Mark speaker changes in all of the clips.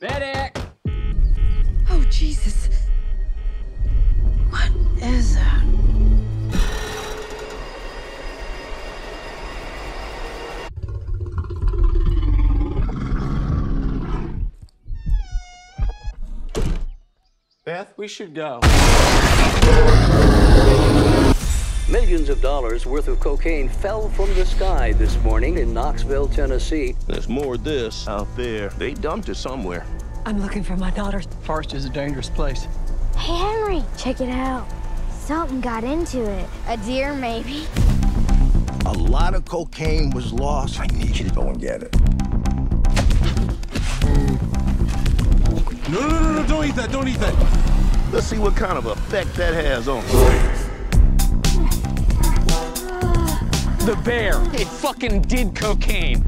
Speaker 1: Medic!
Speaker 2: Oh, Jesus. What is that?
Speaker 1: Beth, we should go.
Speaker 3: Millions of dollars worth of cocaine fell from the sky this morning in Knoxville, Tennessee.
Speaker 4: There's more of this out there. They dumped it somewhere.
Speaker 5: I'm looking for my daughter.
Speaker 6: Forest is a dangerous place.
Speaker 7: Hey, Henry, check it out. Something got into it. A deer, maybe.
Speaker 8: A lot of cocaine was lost. I need you to go and get it.
Speaker 9: No, no, no, no, don't eat that, don't eat that.
Speaker 4: Let's see what kind of effect that has on us.
Speaker 1: The bear! It fucking did cocaine!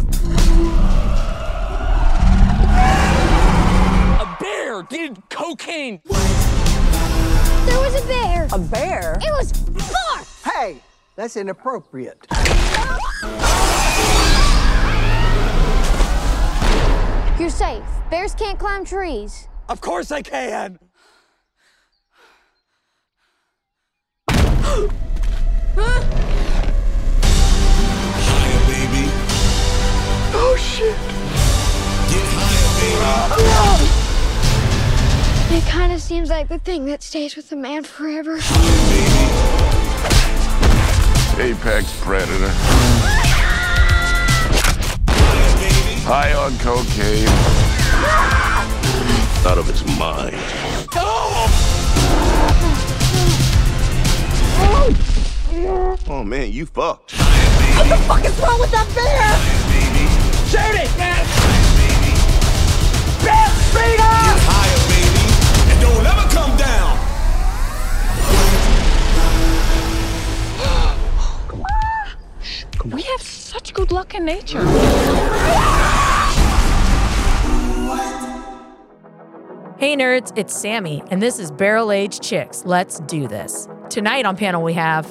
Speaker 1: A bear did cocaine!
Speaker 7: There was a bear.
Speaker 6: A bear?
Speaker 7: It was far.
Speaker 6: Hey, that's inappropriate.
Speaker 7: You're safe. Bears can't climb trees.
Speaker 1: Of course I can!
Speaker 10: higher, baby. Oh shit. Get higher, baby.
Speaker 7: It kind of seems like the thing that stays with a man forever.
Speaker 4: Apex predator.
Speaker 10: Higher, baby.
Speaker 4: High on cocaine. Out of his mind. Oh man, you fucked.
Speaker 1: Shoot it, Beth!
Speaker 10: Higher, baby. And don't ever come down.
Speaker 5: We have such good luck in nature.
Speaker 11: Hey nerds, it's Sammy, and this is Barrel Age Chicks. Let's do this. Tonight on panel we have,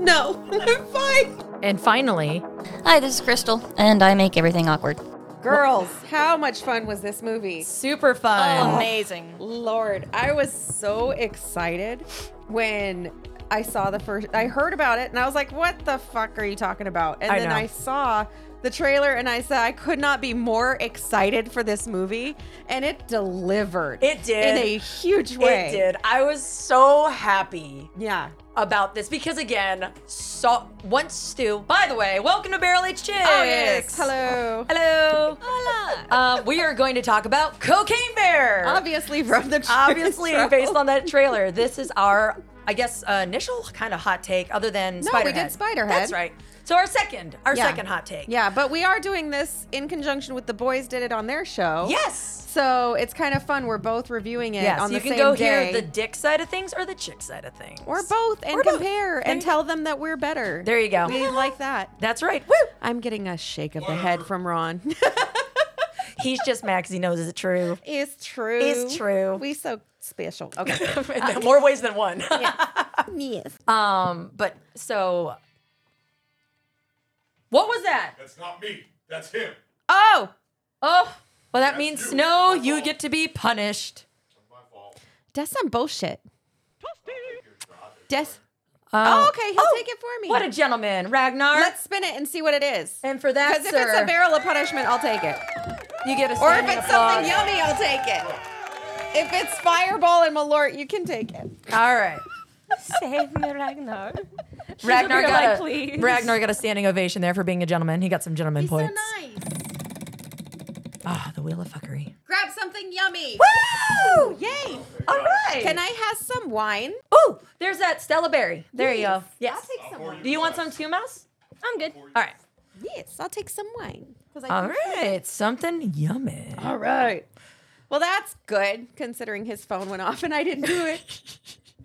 Speaker 2: No, I'm fine.
Speaker 11: and finally,
Speaker 7: Hi, this is Crystal, and I make everything awkward.
Speaker 5: Girls,
Speaker 2: How much fun was this movie?
Speaker 5: super fun.
Speaker 7: Amazing.
Speaker 2: Lord, I was so excited when I saw the first, I heard about it and I was like, what the fuck are you talking about? And
Speaker 11: I
Speaker 2: then
Speaker 11: know.
Speaker 2: I saw the trailer and I said, I could not be more excited for this movie. And it delivered.
Speaker 5: It did.
Speaker 2: In a huge way.
Speaker 5: It did. I was so happy
Speaker 2: Yeah.
Speaker 5: about this because again, so once Stu. By the way, welcome to Barrel H Chicks.
Speaker 2: Oh, yes. Hello.
Speaker 5: Hello. Um, we are going to talk about Cocaine Bear.
Speaker 2: Obviously from the
Speaker 5: Obviously,
Speaker 2: trailer.
Speaker 5: based on that trailer, this is our, I guess, uh, initial kind of hot take. Other than
Speaker 2: No,
Speaker 5: Spiderhead.
Speaker 2: we did Spiderhead.
Speaker 5: That's right. So our second, our
Speaker 2: Yeah.
Speaker 5: second hot take.
Speaker 2: Yeah, but we are doing this in conjunction with the boys did it on their show.
Speaker 5: Yes.
Speaker 2: So it's kind of fun. We're both reviewing it
Speaker 5: Yeah,
Speaker 2: on
Speaker 5: so
Speaker 2: the
Speaker 5: you can
Speaker 2: same
Speaker 5: go
Speaker 2: day.
Speaker 5: hear the dick side of things or the chick side of things.
Speaker 2: or both and
Speaker 5: Or both.
Speaker 2: compare
Speaker 5: There
Speaker 2: and
Speaker 5: you-
Speaker 2: tell them that we're better.
Speaker 5: There you go.
Speaker 2: We like that.
Speaker 5: That's right. Woo!
Speaker 2: I'm getting a shake of the head from Ron.
Speaker 5: He's just Max. He knows it's true.
Speaker 2: it's true.
Speaker 5: It's true.
Speaker 2: We so special. Okay.
Speaker 5: In more ways than one.
Speaker 2: yes.
Speaker 5: um, but so what was that?
Speaker 9: That's not me. That's him.
Speaker 2: Oh,
Speaker 5: Oh, well, that means Snow, you get to be punished.
Speaker 2: that's some bullshit. Des.
Speaker 5: Um,
Speaker 2: oh, okay. He'll
Speaker 5: oh,
Speaker 2: take it for me.
Speaker 5: What a gentleman, Ragnar.
Speaker 2: Let's spin it and see what it is.
Speaker 5: and for that,
Speaker 2: Because if it's
Speaker 5: sir,
Speaker 2: a barrel of punishment, I'll take it.
Speaker 5: you get a
Speaker 2: Or if
Speaker 5: standing
Speaker 2: it's
Speaker 5: applause.
Speaker 2: something yummy, I'll take it. If it's Fireball and Malort, you can take it.
Speaker 5: All right.
Speaker 7: Save me, Ragnar.
Speaker 5: Ragnar
Speaker 7: over
Speaker 5: got,
Speaker 7: like,
Speaker 5: a,
Speaker 7: "Please."
Speaker 5: Ragnar got a standing ovation there for being a gentleman. He got some gentleman points.
Speaker 2: nice.
Speaker 5: Ah, the wheel of fuckery.
Speaker 2: Grab something yummy.
Speaker 5: Woo!
Speaker 2: Yay!
Speaker 5: All right.
Speaker 2: Can I have some wine?
Speaker 5: Oh, there's that Stella Berry. There you go. Yes.
Speaker 2: I'll take some wine.
Speaker 5: Do you want some too, Mouse? I'm good. All right.
Speaker 2: Yes, I'll take some wine. 'Cause I
Speaker 5: All
Speaker 2: think-
Speaker 5: right. Something yummy.
Speaker 2: All right. Well, that's good considering his phone went off and I didn't do it.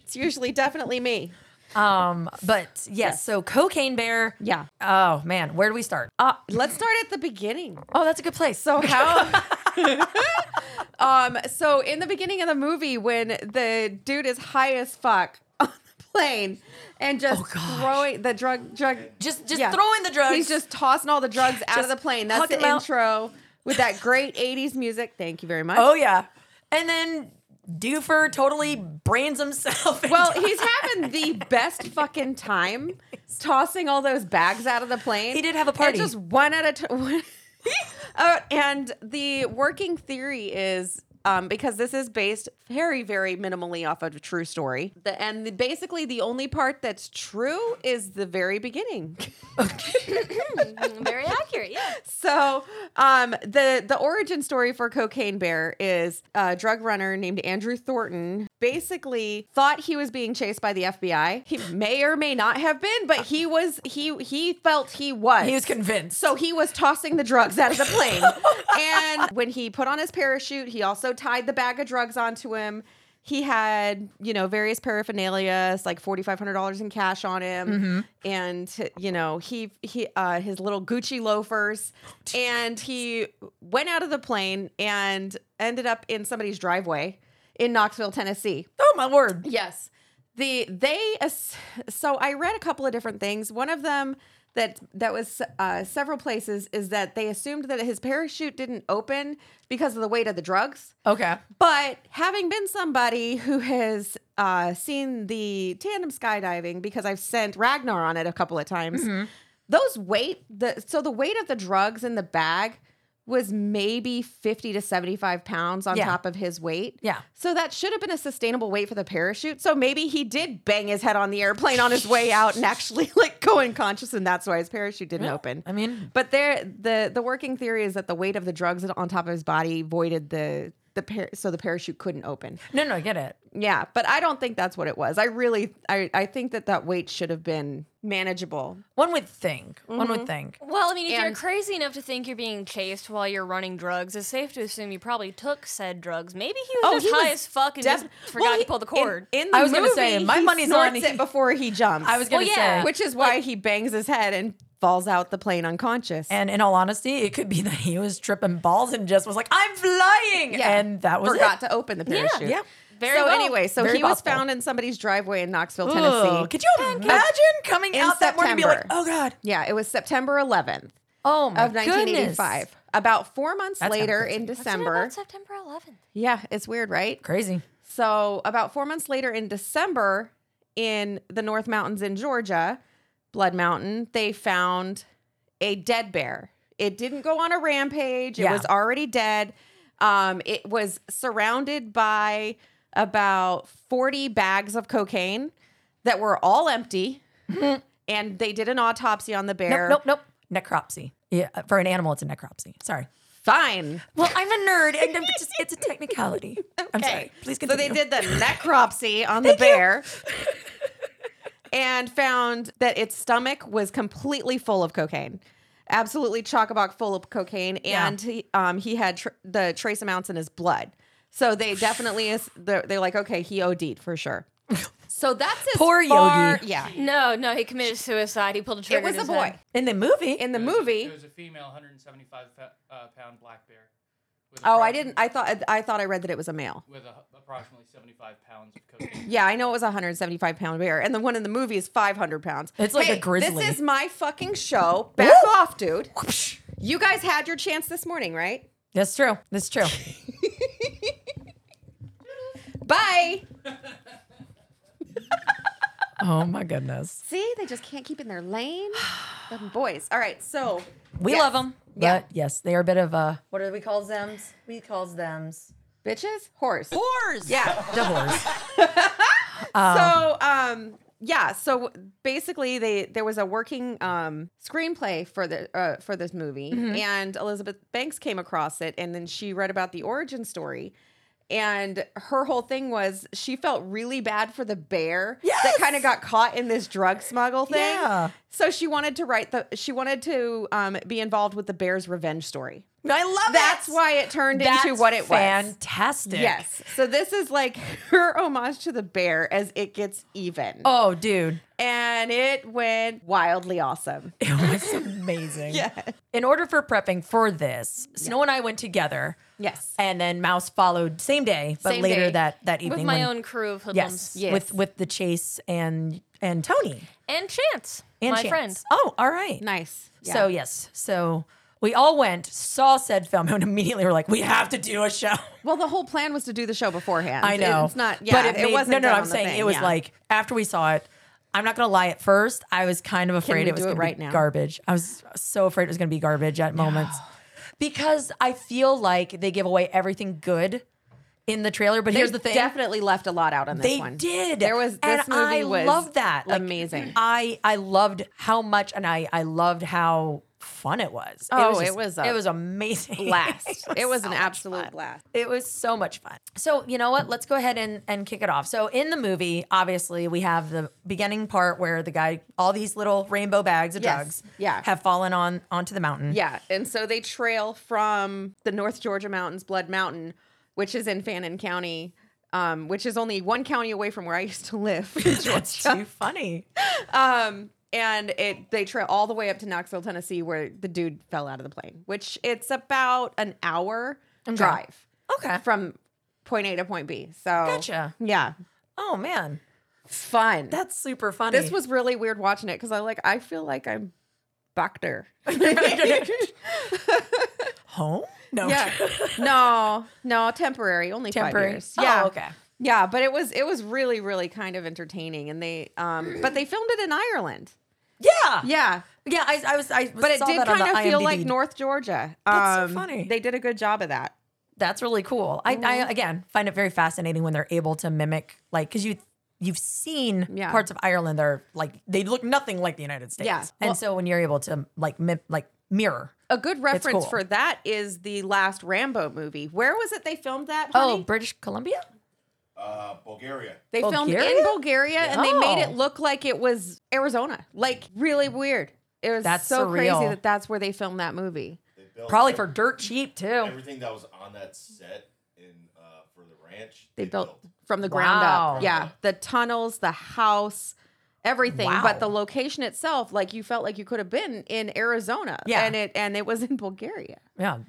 Speaker 2: it's usually definitely me.
Speaker 11: Um, but yes, so Cocaine Bear.
Speaker 2: Yeah.
Speaker 11: Oh man, where do we start?
Speaker 2: Uh, let's start at the beginning.
Speaker 11: Oh, that's a good place.
Speaker 2: So how? um. So in the beginning of the movie, when the dude is high as fuck on the plane and just throwing the drug drug
Speaker 5: Oh, Just- just throwing the drugs.
Speaker 2: he's just tossing all the drugs out of
Speaker 5: Just
Speaker 2: the plane. That's
Speaker 5: huck
Speaker 2: the
Speaker 5: them out.
Speaker 2: intro with that great '80s music. Thank you very much.
Speaker 5: Oh yeah. And then Doofer totally brands himself. and-
Speaker 2: Well, he's having the best fucking time tossing all those bags out of the plane.
Speaker 5: He did have a
Speaker 2: And
Speaker 5: party.
Speaker 2: just one at a time. uh, and the working theory is um, because this is based very, very minimally off of a true story. The, and the, basically, the only part that's true is the very beginning.
Speaker 12: Mm-hmm. Very accurate, yeah.
Speaker 2: So, um, the the origin story for Cocaine Bear is uh, a drug runner named Andrew Thornton basically thought he was being chased by the FBI. He may or may not have been, but he was he he felt he was.
Speaker 11: He was convinced.
Speaker 2: So he was tossing the drugs out of the plane. and when he put on his parachute, he also tied the bag of drugs onto him. He had, you know, various paraphernalia, like forty five hundred dollars in cash on him
Speaker 11: Mhm.
Speaker 2: and you know he he uh, his little Gucci loafers, and he went out of the plane and ended up in somebody's driveway in Knoxville, Tennessee.
Speaker 11: Oh my word!
Speaker 2: Yes, the they ass- so I read a couple of different things. One of them that that was uh, several places is that they assumed that his parachute didn't open because of the weight of the drugs.
Speaker 11: Okay.
Speaker 2: But having been somebody who has uh, seen the tandem skydiving, because I've sent Ragnar on it a couple of times,
Speaker 11: Mhm.
Speaker 2: those weight, the so the weight of the drugs in the bag was maybe 50 to 75 pounds on
Speaker 11: Yeah.
Speaker 2: top of his weight.
Speaker 11: Yeah.
Speaker 2: So that should have been a sustainable weight for the parachute. So maybe he did bang his head on the airplane on his way out and actually like go unconscious and that's why his parachute didn't
Speaker 11: Yeah,
Speaker 2: open.
Speaker 11: I mean-
Speaker 2: but there the the working theory is that the weight of the drugs on top of his body voided the the par- so the parachute couldn't open.
Speaker 11: No, no, I get it.
Speaker 2: Yeah, but I don't think that's what it was. I really I I think that that weight should have been manageable.
Speaker 11: One would think. One
Speaker 2: Mhm.
Speaker 11: would think.
Speaker 12: Well, I mean, if you're
Speaker 2: And-
Speaker 12: crazy enough to think you're being chased while you're running drugs, it's safe to assume you probably took said drugs. Maybe he was
Speaker 11: Oh,
Speaker 12: just high as fuck and
Speaker 2: defi-
Speaker 12: just forgot
Speaker 2: Well, he-
Speaker 12: to pull the
Speaker 2: in-
Speaker 12: cord.
Speaker 2: In, the
Speaker 11: I was
Speaker 2: movie,
Speaker 11: gonna say, my
Speaker 2: he
Speaker 11: money's on
Speaker 2: snorts
Speaker 11: he-
Speaker 2: it before he jumps.
Speaker 11: I was gonna Well, yeah. say.
Speaker 2: which is why he bangs his head and falls out the plane unconscious.
Speaker 11: And in all honesty, it could be that he was tripping balls and just was like, "I'm flying," and that was
Speaker 2: forgot
Speaker 11: it.
Speaker 2: to open the
Speaker 11: Yeah.
Speaker 2: parachute.
Speaker 11: Yeah.
Speaker 2: so anyway, so
Speaker 11: Very
Speaker 2: he was
Speaker 11: possible.
Speaker 2: found in somebody's driveway in Knoxville,
Speaker 11: Ugh,
Speaker 2: Tennessee.
Speaker 11: could you imagine coming
Speaker 2: in
Speaker 11: out that morning and be like,
Speaker 2: September.
Speaker 11: "Oh God,
Speaker 2: Yeah, it was September 11th
Speaker 11: oh my
Speaker 2: of 1985.
Speaker 11: goodness.
Speaker 2: About four months
Speaker 11: That's kinda
Speaker 2: later in
Speaker 12: What's it about
Speaker 2: December.
Speaker 12: September 11th.
Speaker 2: Yeah, it's weird, right?
Speaker 11: Crazy.
Speaker 2: So, about four months later in December, in the North Mountains in Georgia, Blood Mountain, they found a dead bear. It didn't go on a rampage, it
Speaker 11: Yeah.
Speaker 2: was already dead. Um, it was surrounded by about 40 bags of cocaine that were all empty. and they did an autopsy on the bear.
Speaker 11: Nope, nope, nope. Necropsy. Yeah, for an animal, it's a necropsy. Sorry.
Speaker 2: Fine.
Speaker 11: Well, I'm a nerd, and I'm just, it's a technicality. I'm sorry. Please
Speaker 2: So
Speaker 11: continue.
Speaker 2: they did the necropsy on the bear and found that its stomach was completely full of cocaine. Absolutely chock a block full of cocaine.
Speaker 11: Yeah.
Speaker 2: And he, um, he had tr- the trace amounts in his blood. So they definitely is, they're, they're like, okay, he OD'd for sure. So that's as
Speaker 11: Poor
Speaker 2: far-
Speaker 11: Yogi.
Speaker 2: Yeah.
Speaker 12: No, no, he committed suicide. He pulled the
Speaker 2: It
Speaker 12: trigger.
Speaker 2: was
Speaker 12: in
Speaker 2: a
Speaker 12: his
Speaker 2: boy.
Speaker 12: head.
Speaker 11: in the movie.
Speaker 2: In the
Speaker 11: the
Speaker 13: It was a-
Speaker 2: movie.
Speaker 13: It was a female 175 pound uh, pound black bear. With
Speaker 2: Oh, I
Speaker 13: approxim-
Speaker 2: didn't. I thought I thought I read that it was a male.
Speaker 13: With a, approximately 75 pounds of cocaine.
Speaker 2: Yeah, I know it was a 175 pound bear, and the one in the movie is 500 pounds.
Speaker 11: It's like a
Speaker 2: Hey,
Speaker 11: grizzly.
Speaker 2: This is my fucking show. Back off, dude. You guys had your chance this morning, right?
Speaker 11: That's true. That's true.
Speaker 2: Bye.
Speaker 11: oh my goodness.
Speaker 2: See, they just can't keep in their lane. Fucking boys. All right, so
Speaker 11: We
Speaker 2: yes.
Speaker 11: love 'em, love them.
Speaker 2: Yeah.
Speaker 11: But yes, they are a bit of a. What do we call thems? We calls thems.
Speaker 2: Bitches, horse.
Speaker 11: Whores.
Speaker 2: Yeah.
Speaker 11: The whores.
Speaker 2: so um yeah so basically they there was a working um screenplay for the uh, for this movie
Speaker 11: Mhm.
Speaker 2: and elizabeth banks came across it and then she read about the origin story and her whole thing was she felt really bad for the bear that kind of got caught in this drug smuggle thing
Speaker 11: Yeah.
Speaker 2: so she wanted to write the she wanted to um, be involved with the bear's revenge story
Speaker 11: I love
Speaker 2: that's
Speaker 11: it.
Speaker 2: why it turned into
Speaker 11: That's
Speaker 2: what it was
Speaker 11: Fantastic.
Speaker 2: Yes. So this is like her homage to the bear as it gets even.
Speaker 11: Oh, dude.
Speaker 2: and it went wildly awesome.
Speaker 5: It's amazing. In order for prepping for this, Snow and I went together.
Speaker 2: Yes.
Speaker 5: And then Mouse followed same day, but
Speaker 12: Same
Speaker 5: later
Speaker 12: day.
Speaker 5: that that
Speaker 12: With
Speaker 5: evening.
Speaker 12: my
Speaker 5: when-
Speaker 12: own crew of hoodlums.
Speaker 5: Yes,
Speaker 12: Yes.
Speaker 5: With with the chase and and Tony
Speaker 12: And Chance,
Speaker 5: and
Speaker 12: my
Speaker 5: Chance.
Speaker 12: friend.
Speaker 5: Oh, all right.
Speaker 2: Nice.
Speaker 5: So
Speaker 12: Yeah.
Speaker 5: yes, so we all went, saw said film, and immediately were like, we have to do a show.
Speaker 2: Well, the whole plan was to do the show beforehand.
Speaker 5: I know.
Speaker 2: It's not, yeah,
Speaker 5: But it, made-
Speaker 2: wasn't.
Speaker 5: No, no,
Speaker 2: done
Speaker 5: I'm
Speaker 2: on the
Speaker 5: saying
Speaker 2: thing,
Speaker 5: it was
Speaker 2: yeah.
Speaker 5: like after we saw it. I'm not gonna lie. At first, I was kind of afraid
Speaker 2: we
Speaker 5: it was
Speaker 2: do it
Speaker 5: gonna
Speaker 2: right
Speaker 5: be
Speaker 2: now?
Speaker 5: garbage. I was so afraid it was gonna be garbage at moments because I feel like they give away everything good in the trailer. But
Speaker 2: They
Speaker 5: here's the thing:
Speaker 2: definitely left a lot out on this
Speaker 5: they
Speaker 2: one.
Speaker 5: did.
Speaker 2: There was this
Speaker 5: and
Speaker 2: movie
Speaker 5: I
Speaker 2: was
Speaker 5: loved that. Like,
Speaker 2: amazing.
Speaker 5: I I loved how much, and I I loved how fun it was.
Speaker 2: Oh,
Speaker 5: was
Speaker 2: it
Speaker 5: just-
Speaker 2: was a
Speaker 5: it was amazing
Speaker 2: blast. It was an
Speaker 5: absolute blast. It was so much fun. So you know what? Let's go ahead and and kick it off. So in the movie, obviously, we have the beginning part where the guy, all these little rainbow bags of
Speaker 2: Yes.
Speaker 5: drugs,
Speaker 2: Yeah.
Speaker 5: have fallen on onto the mountain.
Speaker 2: Yeah, and so they trail from the North Georgia mountains, Blood Mountain, which is in Fannin County, um, which is only one county away from where I used to live.
Speaker 5: That's too funny.
Speaker 2: um, and it they trail all the way up to Knoxville, Tennessee, where the dude fell out of the plane. Which it's about an hour drive.
Speaker 5: Okay.
Speaker 2: From point A to point B. So
Speaker 5: Gotcha.
Speaker 2: Yeah.
Speaker 5: Oh man,
Speaker 2: fun.
Speaker 5: That's super funny.
Speaker 2: This was really weird watching it because I like I feel like I'm back there.
Speaker 5: home. No.
Speaker 2: Yeah. no, no, temporary, only
Speaker 5: Temporary.
Speaker 2: five years.
Speaker 5: Oh,
Speaker 2: Yeah.
Speaker 5: okay.
Speaker 2: Yeah, but it was it was really really kind of entertaining, and they um, but they filmed it in Ireland.
Speaker 5: Yeah.
Speaker 2: Yeah.
Speaker 5: Yeah. I, I was. I
Speaker 2: But it
Speaker 5: saw
Speaker 2: did
Speaker 5: that on
Speaker 2: kind
Speaker 5: the
Speaker 2: of feel
Speaker 5: IMDb.
Speaker 2: like North Georgia.
Speaker 5: That's so
Speaker 2: Um,
Speaker 5: funny.
Speaker 2: They did a good job of that.
Speaker 5: That's really cool. I, I again find it very fascinating when they're able to mimic like because you you've seen
Speaker 2: Yeah.
Speaker 5: parts of Ireland that are like they look nothing like the United States.
Speaker 2: Yeah. Well-
Speaker 5: and so when you're able to like mi- like mirror.
Speaker 2: A good reference
Speaker 5: cool.
Speaker 2: for that is the last Rambo movie. Where was it they filmed that? Honey?
Speaker 5: Oh, British Columbia.
Speaker 4: Uh, Bulgaria.
Speaker 2: They filmed
Speaker 5: Bulgaria?
Speaker 2: in Bulgaria and they made it
Speaker 5: Oh.
Speaker 2: look like it was Arizona. Like really weird. It was
Speaker 5: That's
Speaker 2: so crazy
Speaker 5: surreal.
Speaker 2: that that's where they filmed that movie.
Speaker 5: Probably for dirt cheap too.
Speaker 4: Everything that was on that set in uh, for the ranch.
Speaker 2: They built from the ground
Speaker 5: Wow.
Speaker 2: up. Yeah, the tunnels, the house, everything.
Speaker 5: Wow.
Speaker 2: But the location itself, like you felt like you could have been in Arizona.
Speaker 5: Yeah.
Speaker 2: and it and it was in Bulgaria.
Speaker 5: Yeah.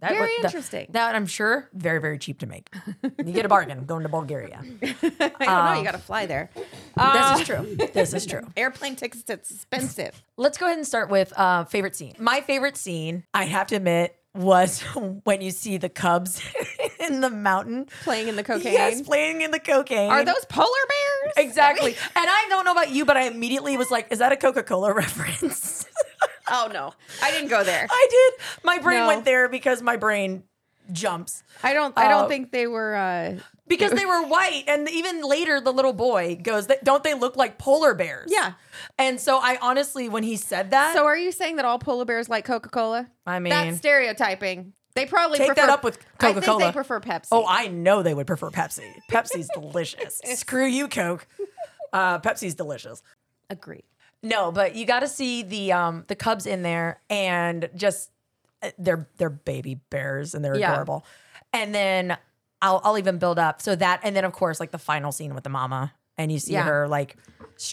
Speaker 5: That
Speaker 2: Very
Speaker 5: that-
Speaker 2: interesting.
Speaker 5: that I'm sure very very cheap to make. You get a bargain going to Bulgaria.
Speaker 2: I don't know.
Speaker 5: Um,
Speaker 2: You got to fly there. Uh,
Speaker 5: this is true. This is true.
Speaker 2: Airplane tickets, it's expensive.
Speaker 5: Let's go ahead and start with uh, favorite scene. My favorite scene, I have to admit, was when you see the Cubs in the mountain
Speaker 2: Playing in the cocaine.
Speaker 5: Yes, playing in the cocaine.
Speaker 2: Are those polar bears?
Speaker 5: exactly? and I don't know about you, but I immediately was like, "Is that a Coca Cola reference?"
Speaker 2: Oh no, I didn't go there.
Speaker 5: I did. My brain
Speaker 2: No.
Speaker 5: went there because my brain jumps
Speaker 2: I don't. I don't
Speaker 5: Uh,
Speaker 2: think they were. Uh,
Speaker 5: because they were white, and even later the little boy goes, "Th- "Don't they look like polar bears?"
Speaker 2: Yeah.
Speaker 5: And so I honestly, when he said that,
Speaker 2: so are you saying that all polar bears like Coca Cola?
Speaker 5: Uh, I mean,
Speaker 2: That's stereotyping. They probably
Speaker 5: Take that
Speaker 2: prefer,
Speaker 5: up with
Speaker 2: I think
Speaker 5: Coca-Cola.
Speaker 2: they prefer Pepsi.
Speaker 5: Oh, I know they would prefer Pepsi. Pepsi's delicious. Screw you, Coke. Uh, Pepsi's delicious.
Speaker 2: agree.
Speaker 5: No, but you got to see the um the Cubs in there and just uh, they're they're baby bears and they're
Speaker 2: Yeah.
Speaker 5: adorable. And then I'll I'll even build up so that and then of course like the final scene with the mama and you see
Speaker 2: Yeah.
Speaker 5: her like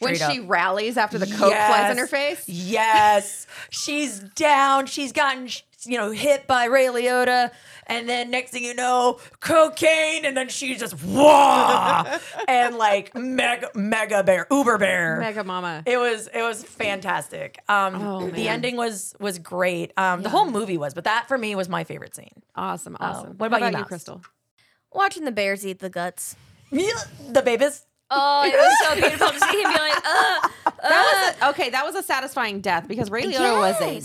Speaker 2: When
Speaker 5: straight
Speaker 2: she
Speaker 5: up.
Speaker 2: rallies after the coke flies in her
Speaker 5: Yes.
Speaker 2: face.
Speaker 5: Yes, she's down. She's gotten sh- you know hit by Ray Liotta, and then next thing you know, cocaine, and then she's just whoa, and like mega mega bear, uber bear,
Speaker 2: Mega Mama.
Speaker 5: It was it was fantastic. Um,
Speaker 2: Oh,
Speaker 5: the
Speaker 2: man.
Speaker 5: ending was was great. Um, the whole movie was, but that for me was my favorite scene.
Speaker 2: Awesome,
Speaker 5: Uh,
Speaker 2: awesome.
Speaker 5: what about,
Speaker 2: How
Speaker 5: you, Mouse?
Speaker 2: Crystal?
Speaker 12: Watching the bears eat the guts.
Speaker 5: the babies.
Speaker 12: Oh, it was so beautiful to see him be like, uh,
Speaker 2: That was a, okay. That was a satisfying death because Ray Liotta was a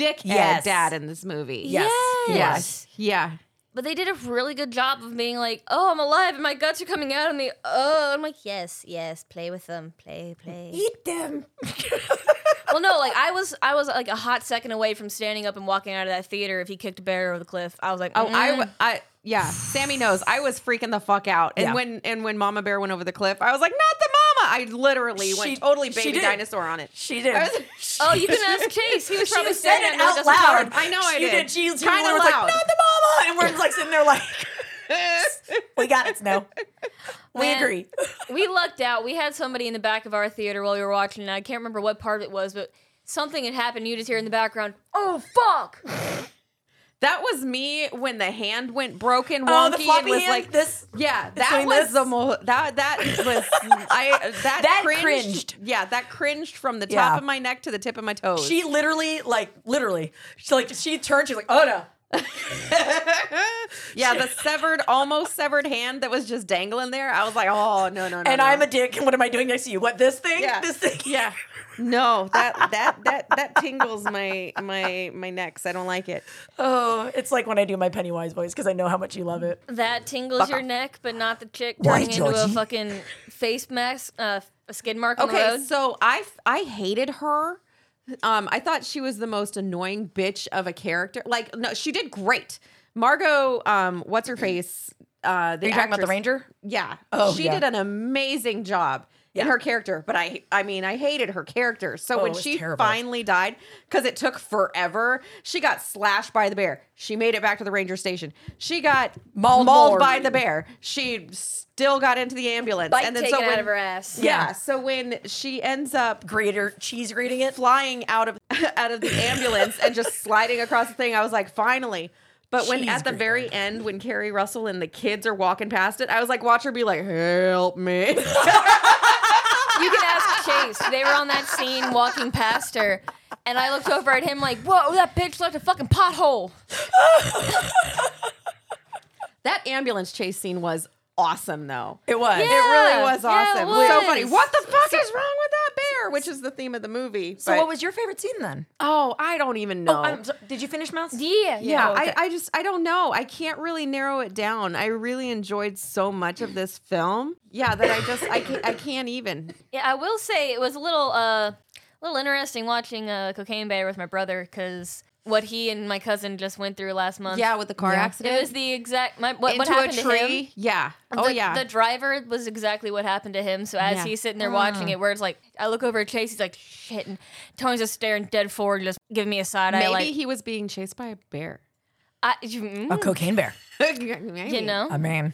Speaker 2: dickhead
Speaker 5: Yes.
Speaker 2: dad in this movie.
Speaker 5: Yes, he was.
Speaker 2: yes, yeah.
Speaker 12: But they did a really good job of being like, oh, I'm alive and my guts are coming out and the oh. I'm like, yes, yes, play with them, play, play.
Speaker 5: Eat them.
Speaker 12: well, no, like I was, I was like a hot second away from standing up and walking out of that theater if he kicked a bear over the cliff. I was like,
Speaker 2: Oh, I,
Speaker 12: mm.
Speaker 2: w- I, yeah. Sammy knows. I was freaking the fuck out. And
Speaker 5: Yeah.
Speaker 2: when and when Mama Bear went over the cliff, I was like, not the mama. I literally
Speaker 5: She-
Speaker 2: went totally
Speaker 5: she
Speaker 2: baby
Speaker 5: did.
Speaker 2: dinosaur on it.
Speaker 5: She did.
Speaker 2: I was-
Speaker 12: oh, you can ask Chase. He was
Speaker 5: She
Speaker 12: probably
Speaker 5: said
Speaker 12: standing
Speaker 5: it
Speaker 12: there,
Speaker 5: out
Speaker 12: doesn't count.
Speaker 5: loud.
Speaker 2: I know I
Speaker 5: she
Speaker 2: did.
Speaker 5: She, she
Speaker 2: Kinda
Speaker 5: was like,
Speaker 2: loud.
Speaker 5: not the mama. And we're like sitting there like, we got it, Snow. We
Speaker 12: When-
Speaker 5: agree.
Speaker 12: we lucked out. We had somebody in the back of our theater while we were watching, and I can't remember what part it was, but something had happened. You just hear in the background, "Oh fuck!"
Speaker 2: That was me when the hand went broken
Speaker 5: Oh,
Speaker 2: wonky
Speaker 5: the
Speaker 2: and
Speaker 5: floppy
Speaker 2: was
Speaker 5: hand?
Speaker 2: like
Speaker 5: This-
Speaker 2: Yeah,
Speaker 5: this
Speaker 2: that
Speaker 5: doing
Speaker 2: was
Speaker 5: this?
Speaker 2: the mo- that that was I that,
Speaker 5: That
Speaker 2: cringed. Yeah, that cringed from the top
Speaker 5: Yeah.
Speaker 2: of my neck to the tip of my toes.
Speaker 5: She literally, like, literally, she like she turned. She's like, oh no.
Speaker 2: yeah, the severed, almost severed hand that was just dangling there. I was like, oh no, no, no.
Speaker 5: And
Speaker 2: no.
Speaker 5: I'm a dick. And what am I doing next to you? What this thing?
Speaker 2: Yeah.
Speaker 5: This thing? Yeah.
Speaker 2: no that that that that tingles my my my necks. I don't like it.
Speaker 5: Oh, it's like when I do my Pennywise voice because I know how much you love it.
Speaker 12: That tingles
Speaker 5: Fuck
Speaker 12: your
Speaker 5: off.
Speaker 12: neck, but not the chick
Speaker 5: Why,
Speaker 12: turning into a
Speaker 5: Georgie?
Speaker 12: fucking face mask, uh, a skid mark on the
Speaker 2: Okay,
Speaker 12: road.
Speaker 2: so I f- I hated her. Um, I thought she was the most annoying bitch of a character. Like, no, she did great. Margot, um, what's her face? Uh, the
Speaker 5: Are you talking about the
Speaker 2: actress-
Speaker 5: Ranger?
Speaker 2: Yeah,
Speaker 5: Oh,
Speaker 2: she
Speaker 5: yeah.
Speaker 2: did an amazing job in her character. But I, I mean, I hated her character. So
Speaker 5: Oh,
Speaker 2: when
Speaker 5: it was
Speaker 2: she
Speaker 5: terrible.
Speaker 2: finally died, because it took forever, she got slashed by the bear. She made it back to the ranger station. She got mauled,
Speaker 5: more.
Speaker 2: by the bear. She still got into the ambulance.
Speaker 12: Bite taken out
Speaker 2: when-
Speaker 12: of her ass.
Speaker 2: Yeah.
Speaker 12: Yeah.
Speaker 2: So when she ends up
Speaker 5: greater cheese grating it,
Speaker 2: flying out of out of the ambulance and just sliding across the thing, I was like, finally. But when
Speaker 5: Cheese
Speaker 2: at the
Speaker 5: grater.
Speaker 2: very end, when Carrie Russell and the kids are walking past it, I was like, watch her be like, help me.
Speaker 12: You can ask Chase. They were on that scene walking past her, and I looked over at him like, "Whoa, that bitch left a fucking pothole."
Speaker 2: that ambulance chase scene was awesome though.
Speaker 5: It was.
Speaker 2: It really
Speaker 5: Yeah.
Speaker 2: was
Speaker 5: Yeah, it
Speaker 2: awesome. So
Speaker 5: was.
Speaker 2: funny. What the fuck is wrong with that bear? Which is the theme of the movie.
Speaker 5: So
Speaker 2: but-
Speaker 5: what was your favorite scene then?
Speaker 2: Oh, I don't even know.
Speaker 5: Oh,
Speaker 12: Um,
Speaker 5: I'm so- did you finish Mouse?
Speaker 12: Yeah,
Speaker 2: yeah I, I just i don't know i can't really narrow it down i really enjoyed so much of this film yeah that i just i can't, I can't even
Speaker 12: Yeah, I will say it was a little uh a little interesting watching uh, Cocaine Bear with my brother because what he and my cousin just went through last month.
Speaker 2: Yeah, with the car Yeah. accident?
Speaker 12: It was the exact my, what, what
Speaker 2: Into
Speaker 12: happened to him.
Speaker 2: yeah oh
Speaker 12: the,
Speaker 2: yeah
Speaker 12: The driver was exactly what happened to him. So as
Speaker 2: Yeah.
Speaker 12: he's sitting there watching
Speaker 2: Mm.
Speaker 12: it, where it's like I look over at Chase, he's like shit, and Tony's just staring dead forward, just giving me a side
Speaker 2: maybe
Speaker 12: eye, like
Speaker 2: he was being chased by a bear
Speaker 12: I, mm.
Speaker 5: A cocaine bear.
Speaker 2: you
Speaker 12: You know?
Speaker 5: I mean,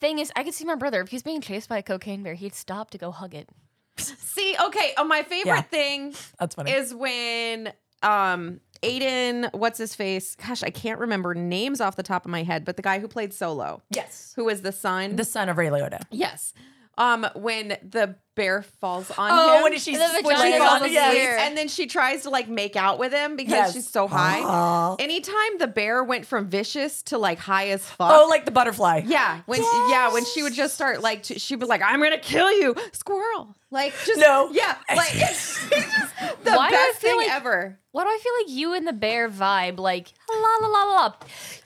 Speaker 12: Thing is, I could see my brother if he's being chased by a cocaine bear, he'd stop to go hug it.
Speaker 2: see okay oh my favorite
Speaker 12: Yeah.
Speaker 2: thing
Speaker 5: That's funny.
Speaker 2: is when um aiden what's his face gosh i can't remember names off the top of my head but the guy who played solo
Speaker 5: yes
Speaker 2: who was the son
Speaker 5: the son of Ray Liotta.
Speaker 2: Yes. Um, when the bear falls on
Speaker 5: Oh,
Speaker 2: him.
Speaker 5: when she-
Speaker 2: and
Speaker 5: The when she vagina falls falls on
Speaker 2: yes.
Speaker 5: the bear.
Speaker 2: and then she tries to like make out with him because
Speaker 5: Yes.
Speaker 2: she's so high.
Speaker 5: Oh.
Speaker 2: Anytime the bear went from vicious to like high as fuck.
Speaker 5: Oh, like the butterfly.
Speaker 2: yeah, when yeah, when she would just start like to, she'd be like, "I'm gonna kill you, squirrel!" Like just
Speaker 5: No.
Speaker 2: yeah, like it's just the
Speaker 12: Why do I
Speaker 2: best
Speaker 12: feel
Speaker 2: thing
Speaker 12: like-
Speaker 2: ever.
Speaker 12: Why do I feel like you and the bear vibe? Like la la la la la.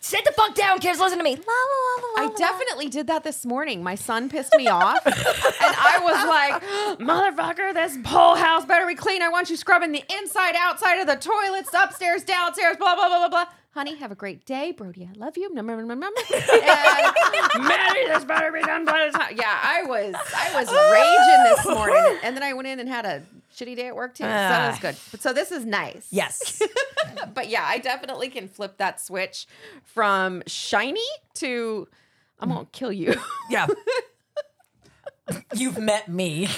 Speaker 12: Sit the fuck down, kids. Listen to me. La la la la. la.
Speaker 2: I definitely did that this morning. My son pissed me off, and I was like, "Motherfucker, this whole house better be clean. I want you scrubbing the inside, outside of the toilets, upstairs, downstairs, blah blah blah blah blah." Honey, have a great day, Brody. I love you. Nom, nom, nom, nom, nom. And Maddie, this better be done by the time. Yeah, I was, I was raging this morning, and then I went in and had a shitty day at work too. So it
Speaker 5: Ah.
Speaker 2: was good. But so this is nice.
Speaker 5: Yes.
Speaker 2: But yeah, I definitely can flip that switch from shiny to I'm gonna
Speaker 5: Mm.
Speaker 2: kill you.
Speaker 5: Yeah. You've met me.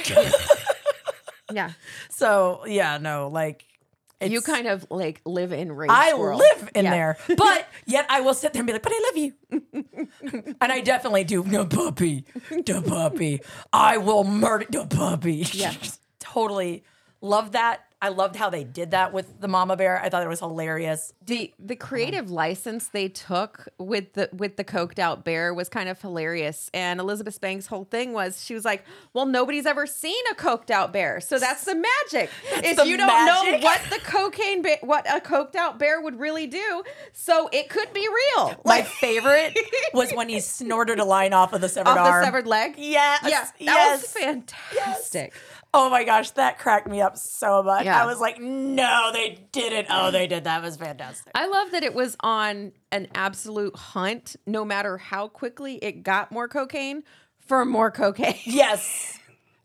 Speaker 2: yeah.
Speaker 5: So yeah, no, like
Speaker 2: you
Speaker 5: it's-
Speaker 2: kind of like live in rage.
Speaker 5: I
Speaker 2: world.
Speaker 5: live in
Speaker 2: Yeah.
Speaker 5: there, but yet I will sit there and be like, "But I love you," and I definitely do. No puppy, no puppy. I will murder no puppy.
Speaker 2: Yeah.
Speaker 5: totally love that. I loved how they did that with the mama bear. I thought it was hilarious.
Speaker 2: The the
Speaker 5: Uh-huh.
Speaker 2: creative license they took with the with the coked out bear was kind of hilarious. And Elizabeth Banks' whole thing was she was like, Well, nobody's ever seen a coked out bear. So that's the magic. is
Speaker 5: the
Speaker 2: you don't
Speaker 5: magic.
Speaker 2: know what the cocaine ba- what a coked out bear would really do. So it could be real.
Speaker 5: My favorite was when he snorted a line off of the severed
Speaker 2: Off the
Speaker 5: arm.
Speaker 2: severed leg.
Speaker 5: Yes.
Speaker 2: Yeah. That
Speaker 5: yes.
Speaker 2: was fantastic.
Speaker 5: Oh my gosh, that cracked me up so much.
Speaker 2: Yeah.
Speaker 5: I was like, no, they didn't. Oh, they did. That was fantastic.
Speaker 2: I love that it was on an absolute hunt, no matter how quickly it got more cocaine for more cocaine.
Speaker 5: Yes.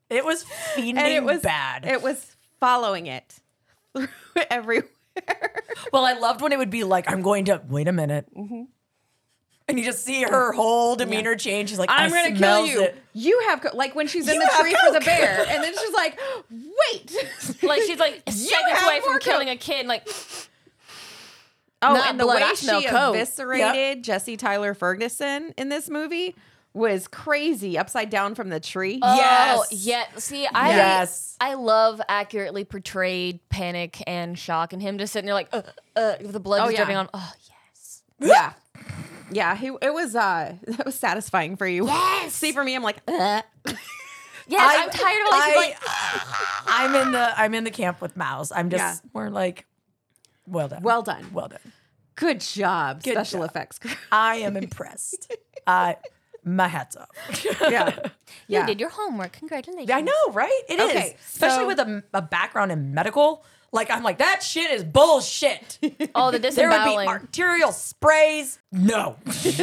Speaker 5: It was fiending
Speaker 2: and it was
Speaker 5: bad.
Speaker 2: It was following it through everywhere. Mm-hmm.
Speaker 5: well, I loved when it would be like, I'm going to, wait a minute. and you just see her whole demeanor change. She's like,
Speaker 2: I'm
Speaker 5: I
Speaker 2: gonna kill
Speaker 5: smells
Speaker 2: you.
Speaker 5: it.
Speaker 2: You have co- like when she's in
Speaker 5: You
Speaker 2: the
Speaker 5: have
Speaker 2: tree for the
Speaker 5: coke.
Speaker 2: bear, and then she's like, "Wait!"
Speaker 12: Like she's like
Speaker 2: You
Speaker 12: seconds
Speaker 2: have
Speaker 12: away from
Speaker 2: more coke.
Speaker 12: killing a kid. Like
Speaker 2: Oh,
Speaker 12: Not
Speaker 2: and the
Speaker 12: blood,
Speaker 2: way
Speaker 12: I
Speaker 2: she
Speaker 12: smell coke.
Speaker 2: eviscerated Jesse Tyler Ferguson in this movie was crazy. Upside down from the tree.
Speaker 12: oh,
Speaker 5: Yes.
Speaker 12: yeah. See, I
Speaker 5: Yes.
Speaker 12: I love accurately portrayed panic and shock, and him just sitting there like, uh, uh, with the blood
Speaker 2: Oh,
Speaker 12: just
Speaker 2: yeah.
Speaker 12: dripping on. Oh
Speaker 2: yeah, yeah. He it was uh that was satisfying for you.
Speaker 12: Yes.
Speaker 2: See for me, I'm like, uh.
Speaker 12: yes, I, am tired of all these people, like.
Speaker 5: I'm in the I'm in the camp with Mouse. I'm just
Speaker 2: Yeah.
Speaker 5: we're like, well done,
Speaker 2: well done,
Speaker 5: well done.
Speaker 2: good job,
Speaker 5: Good
Speaker 2: special
Speaker 5: job.
Speaker 2: effects crew.
Speaker 5: I am impressed. I my hats off.
Speaker 2: yeah,
Speaker 12: You
Speaker 2: yeah.
Speaker 12: did your homework. Congratulations.
Speaker 5: I know, right? It is,
Speaker 2: Okay,
Speaker 5: especially
Speaker 2: so-
Speaker 5: with a, a background in medical. Like I'm like that shit is bullshit.
Speaker 12: Oh, the
Speaker 5: there would be
Speaker 12: disemboweling.
Speaker 5: arterial sprays. No,
Speaker 12: I was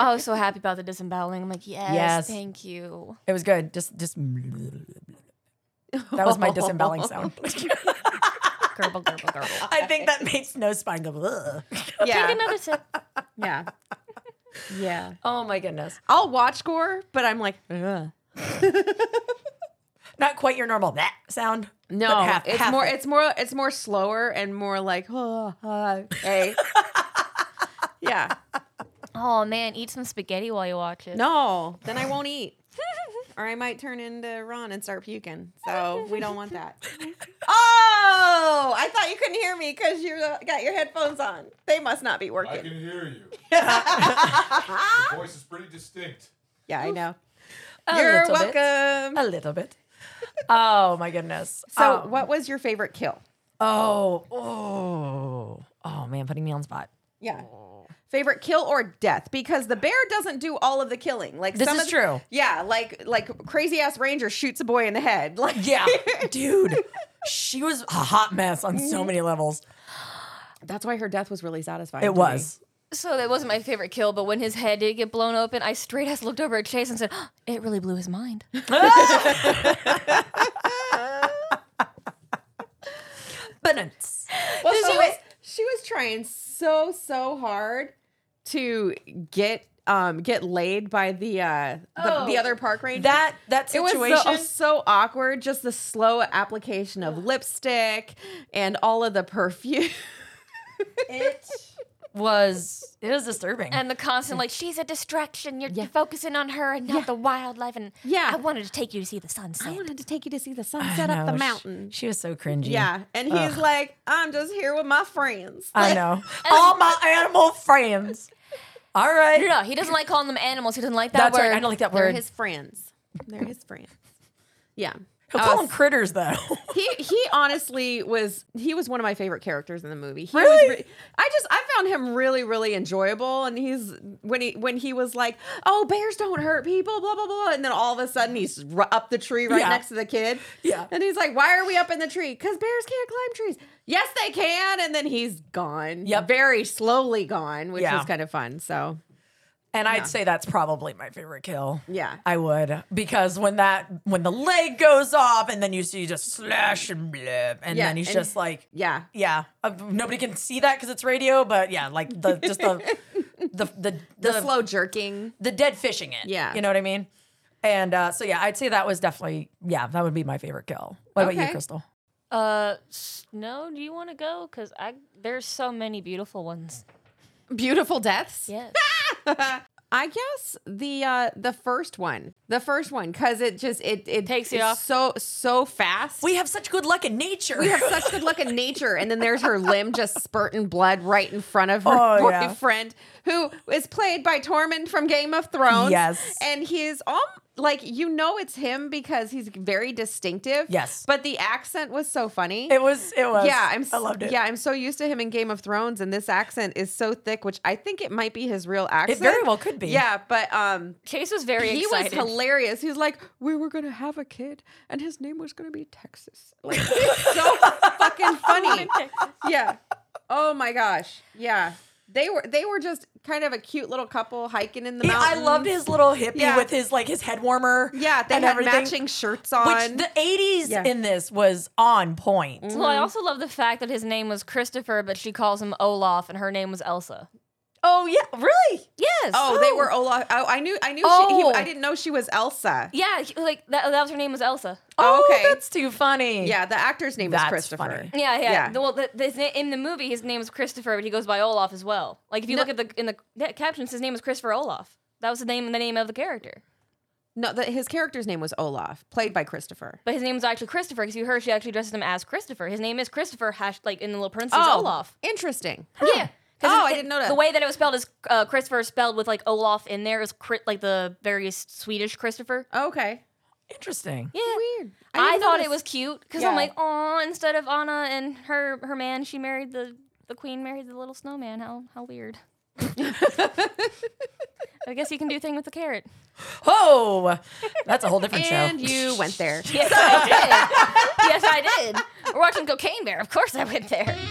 Speaker 12: Oh, so happy about the disemboweling. I'm like, yes,
Speaker 5: Yes.
Speaker 12: thank you.
Speaker 5: it was good. Just just that was my disemboweling sound.
Speaker 12: Gerbil, gerbil, gerbil.
Speaker 5: I think that makes no spine go. "Ugh."
Speaker 12: Take
Speaker 2: yeah,
Speaker 12: another sip.
Speaker 2: yeah, yeah.
Speaker 5: Oh my goodness,
Speaker 2: I'll watch gore, but I'm like, Ugh.
Speaker 5: not quite your normal that sound.
Speaker 2: No,
Speaker 5: but half-
Speaker 2: it's
Speaker 5: half
Speaker 2: more.
Speaker 5: it.
Speaker 2: It's more. It's more slower and more like, oh, hi, hey, yeah.
Speaker 12: Oh man, eat some spaghetti while you watch it.
Speaker 2: No, then I won't eat, or I might turn into Ron and start puking. So we don't want that. Oh, I thought you couldn't hear me because you got your headphones on. They must not be
Speaker 9: I
Speaker 2: working.
Speaker 9: can hear you. Your voice is pretty distinct.
Speaker 2: Yeah, I know.
Speaker 5: A
Speaker 2: You're
Speaker 5: little bit.
Speaker 2: welcome.
Speaker 5: a little bit. Oh my goodness.
Speaker 2: So,
Speaker 5: Um,
Speaker 2: what was your favorite kill?
Speaker 5: Oh, oh, oh man, putting me on the spot.
Speaker 2: Yeah. Oh. Favorite kill or death because the bear doesn't do all of the killing. Like
Speaker 5: This
Speaker 2: some
Speaker 5: is
Speaker 2: of the-
Speaker 5: true.
Speaker 2: Yeah, like like crazy ass ranger shoots a boy in the head. Like
Speaker 5: Yeah, dude, she was a hot mess on so many levels.
Speaker 2: that's why her death was really satisfying. to
Speaker 5: It
Speaker 2: me.
Speaker 5: was.
Speaker 12: So that wasn't my favorite kill, but when his head did get blown open, I straight ass looked over at Chase and said, "Oh, "It really blew his mind."
Speaker 5: Bananas.
Speaker 2: Well,
Speaker 12: This
Speaker 2: so
Speaker 12: is-
Speaker 2: wait, she was trying so so hard to get um get laid by the uh the,
Speaker 12: Oh,
Speaker 2: the other park ranger.
Speaker 5: That that
Speaker 2: it was so,
Speaker 5: situation.
Speaker 2: so awkward. Just the slow application of lipstick and all of the perfume.
Speaker 5: it was it was disturbing.
Speaker 12: And the constant like, "She's a distraction. You're focusing on her and not the wildlife." And
Speaker 2: Yeah.
Speaker 12: I wanted to take you to see the sunset.
Speaker 2: I wanted to take you to see the
Speaker 5: I
Speaker 2: sunset up
Speaker 5: know,
Speaker 2: the
Speaker 5: sh-
Speaker 2: mountain.
Speaker 5: She, was so cringy.
Speaker 2: Yeah, and he's like, I'm just here with my friends.
Speaker 5: I know. All my animal friends. All right.
Speaker 12: no, no, he doesn't like calling them animals. He doesn't like that
Speaker 5: That's
Speaker 12: word.
Speaker 5: right. I don't like that
Speaker 2: They're
Speaker 5: word.
Speaker 2: his friends. They're his friends. Yeah.
Speaker 5: He'll
Speaker 2: Uh,
Speaker 5: call
Speaker 12: Oh.
Speaker 5: them critters though.
Speaker 2: he he honestly was he was one of my favorite characters in the movie. He
Speaker 5: Really?
Speaker 2: was re- I just I found him really really enjoyable and he's when he when he was like, "Oh, bears don't hurt people, blah blah blah." And then all of a sudden he's r- up the tree right
Speaker 5: Yeah.
Speaker 2: next to the kid.
Speaker 5: Yeah.
Speaker 2: And he's like, "Why are we up in the tree? Cuz bears can't climb trees." Yes, they can. And then he's gone.
Speaker 5: Yep.
Speaker 2: Very slowly gone, which
Speaker 5: Yeah.
Speaker 2: was kind of fun. So,
Speaker 5: And I'd say that's probably my favorite kill.
Speaker 2: Yeah.
Speaker 5: I would. Because when that when the leg goes off and then you see just slash and blip and
Speaker 2: Yeah,
Speaker 5: then he's
Speaker 2: and-
Speaker 5: just like
Speaker 2: yeah.
Speaker 5: yeah, uh, nobody can see that because it's radio, but yeah, like the just the the the the,
Speaker 2: The, slow jerking.
Speaker 5: the dead fishing it.
Speaker 2: Yeah.
Speaker 5: you know what I mean. And uh, so yeah, I'd say that was definitely yeah that would be my favorite kill. What about
Speaker 2: Okay.
Speaker 5: you, Crystal?
Speaker 12: Uh, s- no. Do you want to go? Cause I there's so many beautiful ones.
Speaker 2: Beautiful deaths.
Speaker 12: Yes.
Speaker 2: I guess the uh the first one. The first one cuz it just it it
Speaker 12: Takes you
Speaker 2: it's
Speaker 12: off.
Speaker 2: so so fast.
Speaker 5: We have such good luck in nature.
Speaker 2: We have such good luck in nature and then there's her limb just spurting blood right in front of her
Speaker 5: Oh, yeah.
Speaker 2: boyfriend who is played by Tormund from Game of Thrones.
Speaker 5: Yes.
Speaker 2: And he's um like you know it's him because he's very distinctive.
Speaker 5: Yes.
Speaker 2: But the accent was so funny.
Speaker 5: it was it was
Speaker 2: Yeah, I'm.
Speaker 5: I loved it.
Speaker 2: Yeah, I'm so used to him in Game of Thrones, and this accent is so thick, which I think it might be his real accent.
Speaker 5: very well could be.
Speaker 2: Yeah, but um,
Speaker 12: Chase was very
Speaker 2: he
Speaker 12: excited.
Speaker 2: was hilarious. He was like, "We were gonna have a kid, and his name was gonna be Texas." Like, it's so fucking funny. Yeah. Oh my gosh. Yeah. They were they were just kind of a cute little couple hiking in the
Speaker 5: Yeah, I
Speaker 2: mountains.
Speaker 5: loved his little hippie
Speaker 2: Yeah.
Speaker 5: with his like his head warmer.
Speaker 2: Yeah, they
Speaker 5: and
Speaker 2: had
Speaker 5: everything.
Speaker 2: matching shirts on.
Speaker 5: Which the 80s
Speaker 2: Yeah. Mm-hmm.
Speaker 5: in this was on point.
Speaker 12: Well, I also love the fact that his name was Christopher, but she calls him Olaf, and her name was Elsa.
Speaker 5: Oh yeah, really?
Speaker 13: Yes.
Speaker 2: Oh, they were Olaf. Oh, I knew. I knew. She, he,
Speaker 13: Oh.
Speaker 2: I didn't know she was Elsa.
Speaker 13: Yeah, he- like that, that was her name was Elsa.
Speaker 2: Oh, okay.
Speaker 5: That's too funny.
Speaker 2: yeah, the actor's name is
Speaker 5: That's
Speaker 2: Christopher.
Speaker 5: funny.
Speaker 13: Yeah, yeah.
Speaker 2: Yeah.
Speaker 13: The- well, the, the, his na- in the movie, his name was Christopher, but he goes by Olaf as well. Like if you
Speaker 2: No.
Speaker 13: look at the in the yeah, captions, his name was Christopher Olaf. That was the name the name of the character.
Speaker 2: No, the, his character's name was Olaf, played by Christopher.
Speaker 13: But his name was actually Christopher because you heard she actually dresses him as Christopher. His name is Christopher. Hash like in the little parentheses Olaf.
Speaker 2: Oh, Interesting.
Speaker 13: Yeah. 'Cause
Speaker 2: Oh,
Speaker 13: it-
Speaker 2: I didn't know that.
Speaker 13: The way that it was spelled is uh, Christopher is spelled with like Olaf in there is cri- like the very Swedish Christopher.
Speaker 2: Okay.
Speaker 5: Interesting.
Speaker 13: Yeah.
Speaker 2: Weird.
Speaker 13: I,
Speaker 2: didn't
Speaker 13: thought
Speaker 2: notice.
Speaker 13: it was cute because
Speaker 2: Yeah.
Speaker 13: I'm like, oh, instead of Anna and her her man, she married the the queen married the little snowman. How how weird. I guess you can do a thing with the carrot.
Speaker 5: Oh, that's a whole different show.
Speaker 2: And you went there.
Speaker 13: Yes, I did. Yes, I did. We're watching Cocaine Bear. Of course, I went there.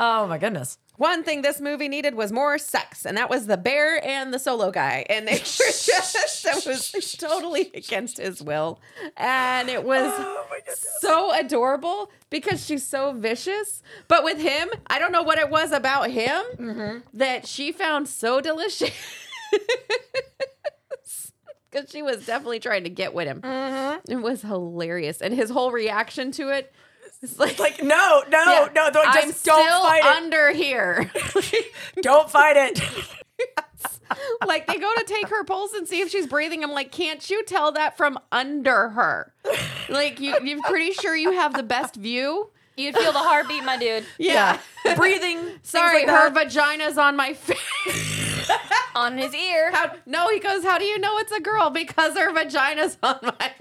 Speaker 5: Oh my goodness.
Speaker 2: One thing this movie needed was more sex, and that was the bear and the solo guy. And they were just, that was totally against his will. And it was so adorable because she's so vicious. But with him, I don't know what it was about him that she found so delicious. Because she was definitely trying to get with him. It was hilarious. And his whole reaction to it is like,
Speaker 5: Like no, no,
Speaker 2: Yeah.
Speaker 5: no. Don't, just
Speaker 2: I'm
Speaker 5: don't
Speaker 2: still
Speaker 5: fight it.
Speaker 2: under here.
Speaker 5: don't fight it.
Speaker 2: like they go to take her pulse and see if she's breathing. I'm like, can't you tell that from under her? Like you, you're pretty sure you have the best view.
Speaker 13: You'd feel the heartbeat, my dude,
Speaker 2: Yeah.
Speaker 5: Breathing. things
Speaker 2: Sorry,
Speaker 5: like
Speaker 2: her
Speaker 5: that.
Speaker 2: vagina's on my face.
Speaker 13: on his ear.
Speaker 2: How, no, he goes, how do you know it's a girl? Because her vagina's on my.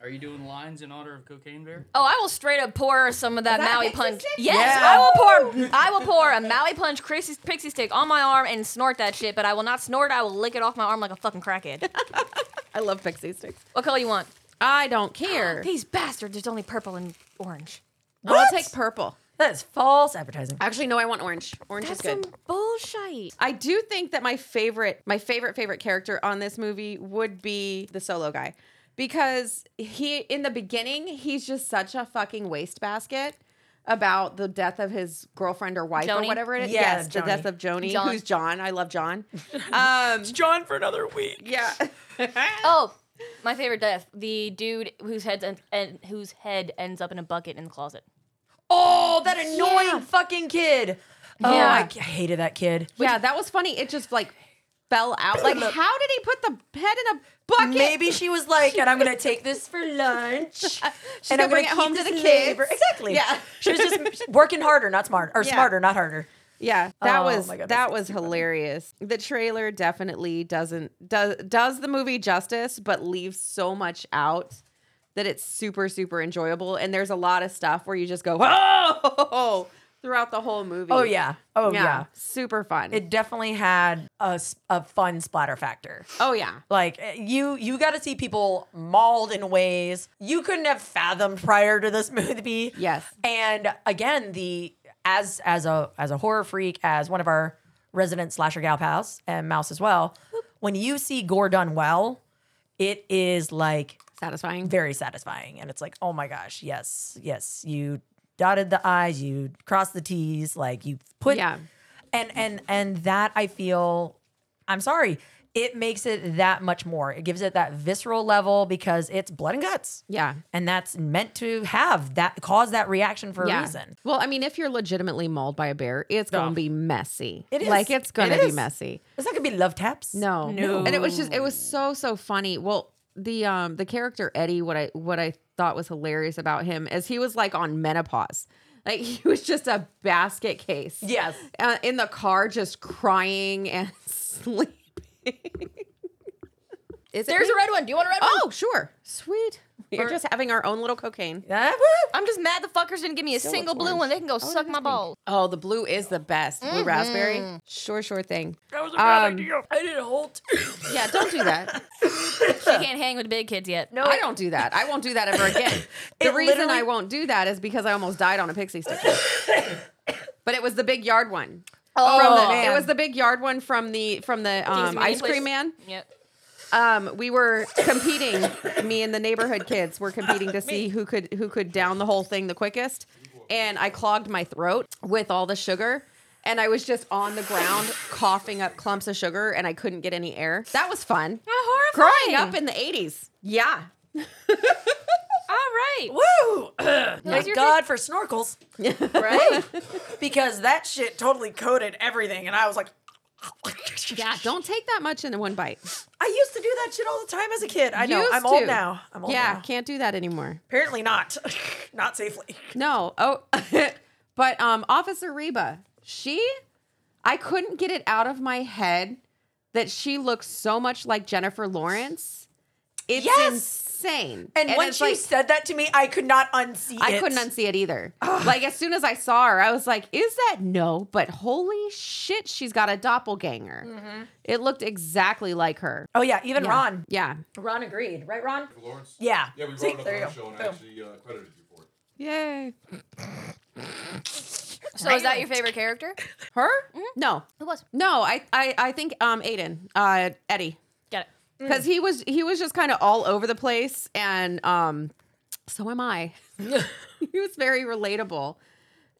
Speaker 14: Are you doing lines in honor of Cocaine Bear?
Speaker 13: Oh, I will straight up pour some of that,
Speaker 2: That
Speaker 13: Maui
Speaker 2: pixie
Speaker 13: punch.
Speaker 2: stick?
Speaker 13: Yes,
Speaker 5: Yeah.
Speaker 13: I will pour. I will pour a Maui punch Chrissy, pixie stick on my arm and snort that shit. But I will not snort. it, I will lick it off my arm like a fucking crackhead.
Speaker 2: I love pixie sticks.
Speaker 13: What color you want?
Speaker 2: I don't care.
Speaker 13: These bastards. There's only purple and orange.
Speaker 2: I'll take purple.
Speaker 5: That is false advertising.
Speaker 2: Actually, no, I want orange. Orange
Speaker 13: That's
Speaker 2: is good.
Speaker 13: some bullshit.
Speaker 2: I do think that my favorite, my favorite, favorite character on this movie would be the solo guy because he, in the beginning, he's just such a fucking wastebasket about the death of his girlfriend or wife or
Speaker 13: Joni?
Speaker 2: whatever it is.
Speaker 5: Yeah,
Speaker 2: yes, the
Speaker 5: Joni.
Speaker 2: death of Joni,
Speaker 13: John.
Speaker 2: who's John. I love John. Um,
Speaker 5: John for another week.
Speaker 2: yeah.
Speaker 13: Oh, my favorite death. The dude whose head and, and whose head ends up in a bucket in the closet.
Speaker 5: Oh, that annoying fucking kid. Oh,
Speaker 13: Yeah.
Speaker 5: I c- hated that kid.
Speaker 2: yeah, that was funny. It just like fell out. Like, how did he put the head in a bucket?
Speaker 5: Maybe she was like, and I'm gonna take this for lunch, and
Speaker 2: gonna
Speaker 5: I'm
Speaker 2: bring it
Speaker 5: keep
Speaker 2: home to
Speaker 5: this
Speaker 2: the
Speaker 5: labor-
Speaker 2: kids.
Speaker 5: Exactly.
Speaker 2: Yeah.
Speaker 5: she was just working harder, not smart, or
Speaker 2: Yeah.
Speaker 5: smarter, not harder.
Speaker 2: Yeah, that
Speaker 5: Oh
Speaker 2: was
Speaker 5: my God,
Speaker 2: that
Speaker 5: that's
Speaker 2: was hilarious. The trailer definitely doesn't does does the movie justice, but leaves so much out that it's super super enjoyable. And there's a lot of stuff where you just go whoa throughout the whole movie.
Speaker 5: Oh yeah. Oh yeah.
Speaker 2: super fun.
Speaker 5: It definitely had a, s- a fun splatter factor.
Speaker 2: oh yeah,
Speaker 5: Like eh, you, you got to see people mauled in ways you couldn't have fathomed prior to this movie.
Speaker 2: Yes.
Speaker 5: And again, the as as a as a horror freak, as one of our resident slasher gal pals and mouse as well. When you see gore done well, it is like
Speaker 2: satisfying.
Speaker 5: very satisfying. And it's like, oh my gosh, yes, yes, you dotted the I's, you crossed the T's, like you put
Speaker 2: Yeah.
Speaker 5: and and and that I feel I'm sorry. It makes it that much more. It gives it that visceral level because it's blood and guts.
Speaker 2: Yeah.
Speaker 5: And that's meant to have that cause that reaction for
Speaker 2: Yeah.
Speaker 5: a reason.
Speaker 2: Well, I mean, if you're legitimately mauled by a bear, it's gonna be messy.
Speaker 5: It is.
Speaker 2: Like it's gonna
Speaker 5: It
Speaker 2: be
Speaker 5: is.
Speaker 2: messy.
Speaker 5: It's not gonna be love taps.
Speaker 2: No.
Speaker 5: No.
Speaker 2: And it was just it was so so funny. Well, the um the character Eddie what I what I thought was hilarious about him is he was like on menopause. Like he was just a basket case.
Speaker 5: Yes.
Speaker 2: Uh, in the car just crying and sleeping. Is it
Speaker 13: There's
Speaker 2: me?
Speaker 13: a red one. Do you want a red one?
Speaker 2: Oh, sure. Sweet. We're just having our own little cocaine.
Speaker 5: Ah, woo.
Speaker 13: I'm just mad the fuckers didn't give me a single blue one. They can go suck my balls.
Speaker 2: Oh, the blue is the best. Blue raspberry. Sure, sure thing.
Speaker 5: that was a bad
Speaker 2: Um,
Speaker 5: idea. I did a whole two.
Speaker 2: Yeah, don't do that.
Speaker 13: She can't hang with the big kids yet. No.
Speaker 2: I don't do that. I won't do that ever again. the
Speaker 5: It
Speaker 2: reason
Speaker 5: literally-
Speaker 2: I won't do that is because I almost died on a pixie stick. but it was the big yard one.
Speaker 5: Oh,
Speaker 2: From the-
Speaker 5: man.
Speaker 2: It was the big yard one from the from the um, ice cream man.
Speaker 13: Yep.
Speaker 2: Um, we were competing. me and the neighborhood kids were competing to see who could who could down the whole thing the quickest. and I clogged my throat with all the sugar. And I was just on the ground coughing up clumps of sugar and I couldn't get any air. That was fun. Growing up in the 80s. Yeah.
Speaker 12: All right.
Speaker 5: Woo!
Speaker 12: was
Speaker 5: Thank
Speaker 12: your
Speaker 5: God for snorkels.
Speaker 2: Right?
Speaker 5: because that shit totally coated everything. And I was like,
Speaker 2: yeah, don't take that much in one bite.
Speaker 5: I used to do that shit all the time as a kid. I know. I'm
Speaker 2: Used to.
Speaker 5: old now. I'm old
Speaker 2: yeah,
Speaker 5: now.
Speaker 2: can't do that anymore.
Speaker 5: Apparently not. not safely.
Speaker 2: No. Oh, but um, Officer Reba, she, I couldn't get it out of my head that she looks so much like Jennifer Lawrence. It's
Speaker 5: Yes!
Speaker 2: insane.
Speaker 5: And,
Speaker 2: it's
Speaker 5: once you
Speaker 2: like,
Speaker 5: said that to me, I could not unsee
Speaker 2: I
Speaker 5: it.
Speaker 2: couldn't unsee it either. Like as soon as I saw her, I was like, "Is that no?" But holy shit, she's got a doppelganger.
Speaker 5: Mm-hmm.
Speaker 2: It looked exactly like her.
Speaker 5: Oh yeah, even
Speaker 2: Yeah.
Speaker 5: Ron.
Speaker 2: Yeah.
Speaker 5: Ron agreed, right, Ron?
Speaker 9: Lawrence?
Speaker 5: Yeah.
Speaker 9: Yeah, we
Speaker 5: See,
Speaker 9: brought it up
Speaker 5: there
Speaker 9: on
Speaker 5: you
Speaker 9: our
Speaker 5: go.
Speaker 9: show and
Speaker 5: Boom.
Speaker 9: actually uh, credited you for it.
Speaker 2: Yay.
Speaker 12: So is that your favorite character?
Speaker 2: Her? No.
Speaker 12: Who was?
Speaker 2: No, I I, I think um Aiden, uh Eddie.
Speaker 12: Got it.
Speaker 2: because he was he was just kind of all over the place and um so am i he was very relatable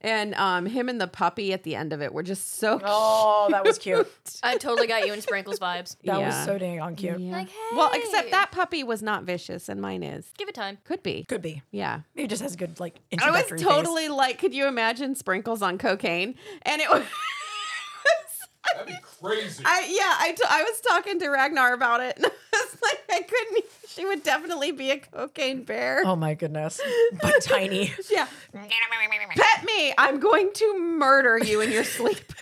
Speaker 2: and um him and the puppy at the end of it were just so
Speaker 5: Oh, that was cute.
Speaker 12: I totally got you in Sprinkles vibes.
Speaker 5: That
Speaker 2: Yeah.
Speaker 5: was so dang on cute.
Speaker 12: Like, hey,
Speaker 2: well except that puppy was not vicious and mine is
Speaker 12: give it time.
Speaker 2: could be
Speaker 5: Could be.
Speaker 2: yeah
Speaker 5: He just has good like
Speaker 2: i was
Speaker 5: introductory phase.
Speaker 2: totally like could you imagine sprinkles on cocaine and it was
Speaker 9: That'd be crazy.
Speaker 2: I yeah, I, t- I was talking to Ragnar about it. And I was like, I couldn't. e, She would definitely be a cocaine bear.
Speaker 5: Oh my goodness. But tiny.
Speaker 2: Yeah. Pet me. I'm going to murder you in your sleep.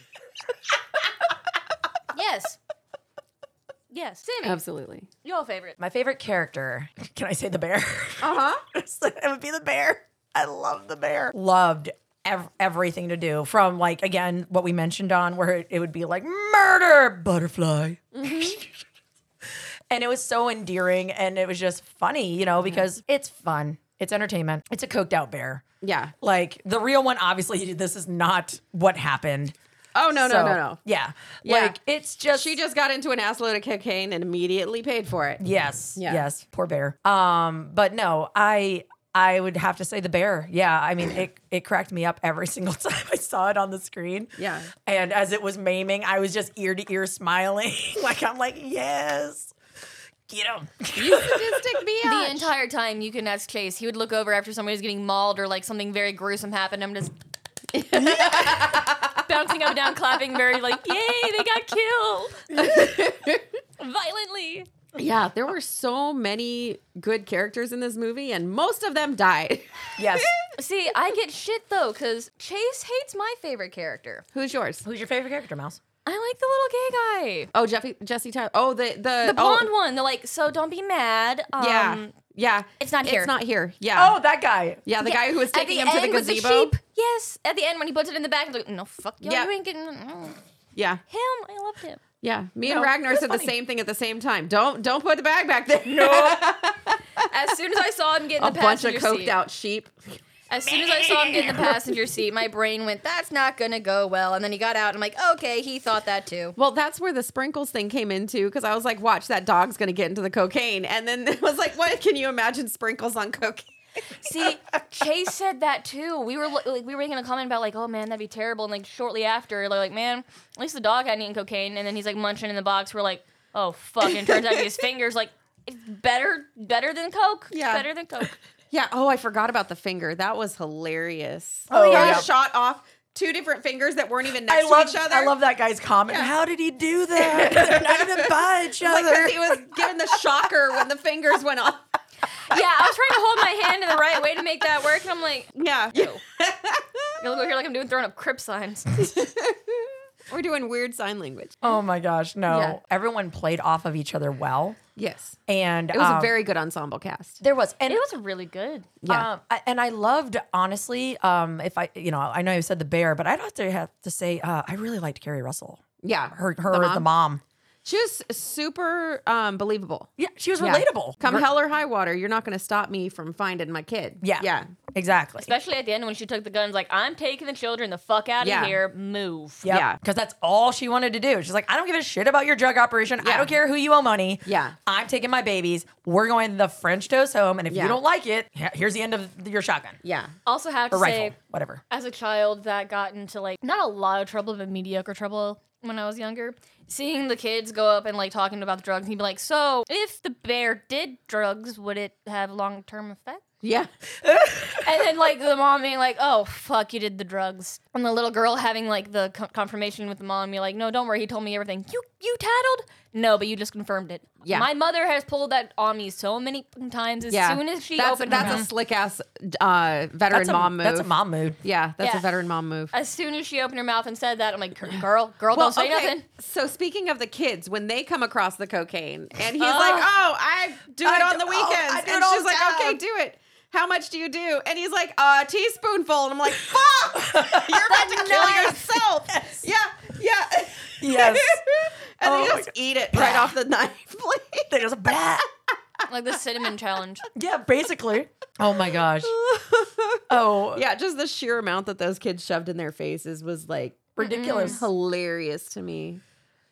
Speaker 12: Yes. Yes. Sammy,
Speaker 2: Absolutely.
Speaker 12: your favorite.
Speaker 5: My favorite character. Can I say the bear?
Speaker 2: Uh huh.
Speaker 5: it would be the bear. I love the bear. Loved ev- everything to do from like again what we mentioned on where it, it would be like murder butterfly.
Speaker 2: Mm-hmm.
Speaker 5: and it was so endearing and it was just funny, you
Speaker 2: Mm-hmm.
Speaker 5: know, because it's fun. It's entertainment. It's a coked out bear.
Speaker 2: Yeah.
Speaker 5: Like the real one obviously this is not what happened.
Speaker 2: Oh no no
Speaker 5: So,
Speaker 2: no no.
Speaker 5: Yeah.
Speaker 2: Yeah.
Speaker 5: Like it's just
Speaker 2: She just got into an assload of cocaine and immediately paid for it.
Speaker 5: Yes.
Speaker 2: Yeah.
Speaker 5: Yes. Poor bear. Um, but no, I I would have to say the bear. Yeah. I mean, it it cracked me up every single time I saw it on the screen.
Speaker 2: Yeah.
Speaker 5: And as it was maiming, I was just ear to ear smiling. like I'm like, yes. Get him.
Speaker 2: Sadistic
Speaker 12: The
Speaker 2: biatch.
Speaker 12: entire time you can ask Chase, he would look over after somebody was getting mauled or like something very gruesome happened. I'm just bouncing up and down, clapping, very like, yay, they got killed violently.
Speaker 2: yeah, there were so many good characters in this movie, and most of them died.
Speaker 5: Yes.
Speaker 12: See, I get shit though, because Chase hates my favorite character.
Speaker 2: Who's yours?
Speaker 5: Who's your favorite character, Mouse?
Speaker 12: I like the little gay guy.
Speaker 2: Oh, Jeffy, Jesse Tyler. Oh, the the
Speaker 12: The
Speaker 2: oh,
Speaker 12: blonde one. They're like, so don't be mad. Um,
Speaker 2: Yeah, yeah.
Speaker 12: it's not here.
Speaker 2: It's not here. Yeah.
Speaker 5: Oh, that guy.
Speaker 2: yeah. The guy who was
Speaker 12: At
Speaker 2: taking him to the
Speaker 12: end with
Speaker 2: gazebo.
Speaker 12: sheep. Yes. At the end when he puts it in the bag, I'm like, no, fuck you.
Speaker 2: Yeah.
Speaker 12: You ain't getting mm,
Speaker 2: Yeah,
Speaker 12: him. I loved him.
Speaker 2: yeah. Me and
Speaker 5: No,
Speaker 2: Ragnar
Speaker 5: it's
Speaker 2: said the
Speaker 5: funny.
Speaker 2: same thing at the same time. Don't don't put the bag back there. No.
Speaker 12: As soon as I saw him get in
Speaker 1: Oh.
Speaker 2: A
Speaker 12: the
Speaker 2: bunch of
Speaker 12: passenger
Speaker 2: coked
Speaker 12: seat,
Speaker 2: out sheep.
Speaker 12: as soon as I saw him get in the passenger seat, my brain went, that's not gonna go well. And then he got out. And I'm like, okay, he thought that too.
Speaker 2: Well, that's where the sprinkles thing came into because I was like, watch, that dog's going to get into the cocaine. And then it was like, what can you imagine sprinkles on cocaine?
Speaker 12: See, Chase said that too. We were like, we were making a comment about like, oh man, that'd be terrible. And like shortly after, they're like, man, at least the dog hadn't eaten cocaine. And then he's like munching in the box. We're like, oh fuck. And turns out his fingers like it's better, better than coke.
Speaker 2: Yeah.
Speaker 12: better than coke.
Speaker 2: Yeah. Oh, I forgot about the finger. That was hilarious.
Speaker 5: Oh,
Speaker 2: Oh, yeah.
Speaker 5: yeah.
Speaker 2: shot off two different fingers that weren't even
Speaker 5: I
Speaker 2: next
Speaker 5: love
Speaker 2: to each other.
Speaker 5: I love that guy's comment.
Speaker 2: Yeah.
Speaker 5: How did he do that? They're not even by each
Speaker 2: Like,
Speaker 5: other.
Speaker 2: 'cause he was given the shocker when the fingers went off.
Speaker 12: Yeah, I was trying to hold my hand in the right way to make that work, and I'm like,
Speaker 2: Yeah.
Speaker 12: you look over here like I'm doing throwing up crip signs.
Speaker 2: We're doing weird sign language.
Speaker 5: oh my gosh, no.
Speaker 2: Yeah.
Speaker 5: Everyone played off of each other well.
Speaker 2: Yes.
Speaker 5: And
Speaker 2: It was a
Speaker 5: um,
Speaker 2: very good ensemble cast.
Speaker 5: there was
Speaker 12: It
Speaker 5: and
Speaker 12: was really good.
Speaker 2: Yeah.
Speaker 5: Um, I- and I loved, honestly, um, if I, you know, I know you said the bear, but I'd have to have to say, uh, I really liked Carrie Russell,
Speaker 2: Yeah.
Speaker 5: her, her,
Speaker 2: The
Speaker 5: the
Speaker 2: mom?
Speaker 5: mom.
Speaker 2: She was super um, believable.
Speaker 5: Yeah, she was relatable.
Speaker 2: Come
Speaker 5: Ver-
Speaker 2: hell or high water, you're not going to stop me from finding my kid.
Speaker 5: Yeah.
Speaker 2: Yeah.
Speaker 5: Exactly.
Speaker 12: Especially at the end when she took the guns, like, I'm taking the children the fuck out of
Speaker 5: Yeah.
Speaker 12: here. Move.
Speaker 5: Yeah. Because that's all she wanted to do. She's like, I don't give a shit about your drug operation. I don't care who you owe money.
Speaker 2: Yeah.
Speaker 5: I'm taking my babies. We're going to the French toast home. And if
Speaker 12: Yeah.
Speaker 5: you don't like it, he- here's the end of your shotgun.
Speaker 2: Yeah.
Speaker 12: Also have to
Speaker 5: Or
Speaker 12: say,
Speaker 5: rifle, whatever.
Speaker 12: as a child that got into like not a lot of trouble, but mediocre trouble when I was younger. Seeing the kids go up and like talking about the drugs, he'd be like, "So, if the bear did drugs, would it have long term effect?"
Speaker 2: Yeah.
Speaker 12: and then like the mom being like, "Oh fuck, you did the drugs," and the little girl having like the co- confirmation with the mom, you're like, "No, don't worry, he told me everything." You you tattled? No, but you just confirmed it.
Speaker 2: Yeah.
Speaker 12: my mother has pulled that on me so many fucking times. As
Speaker 2: yeah.
Speaker 12: soon as she
Speaker 2: that's,
Speaker 12: opened her
Speaker 2: that's a
Speaker 12: mouth-
Speaker 2: slick ass uh, veteran
Speaker 12: That's a-
Speaker 2: mom move.
Speaker 12: that's a
Speaker 5: mom mood.
Speaker 2: Yeah, that's
Speaker 12: Yeah.
Speaker 2: a veteran mom move.
Speaker 12: as soon as she opened her mouth and said that, I'm like, "Girl, girl,
Speaker 2: Well,
Speaker 12: don't say
Speaker 2: okay,
Speaker 12: nothing."
Speaker 2: So speaking of the kids, when they come across the cocaine, and he's
Speaker 12: Oh.
Speaker 2: like, "Oh, I do it
Speaker 12: I
Speaker 2: on
Speaker 12: do-
Speaker 2: the
Speaker 12: oh,
Speaker 2: weekends,"
Speaker 12: I do it
Speaker 2: and
Speaker 12: all
Speaker 2: she's
Speaker 12: the
Speaker 2: like,
Speaker 12: time.
Speaker 2: "Okay, do it." How much do you do? And he's like, a teaspoonful. And I'm like, fuck! You're about to kill yourself. Yeah, yeah.
Speaker 5: Yes.
Speaker 2: and
Speaker 5: Oh
Speaker 2: they
Speaker 5: my
Speaker 2: just eat it right off the knife.
Speaker 5: They just, blah.
Speaker 12: like the cinnamon challenge.
Speaker 5: Yeah, basically. Oh my gosh. Oh.
Speaker 2: Yeah, just the sheer amount that those kids shoved in their faces was like
Speaker 5: Ridiculous.
Speaker 2: hilarious to me.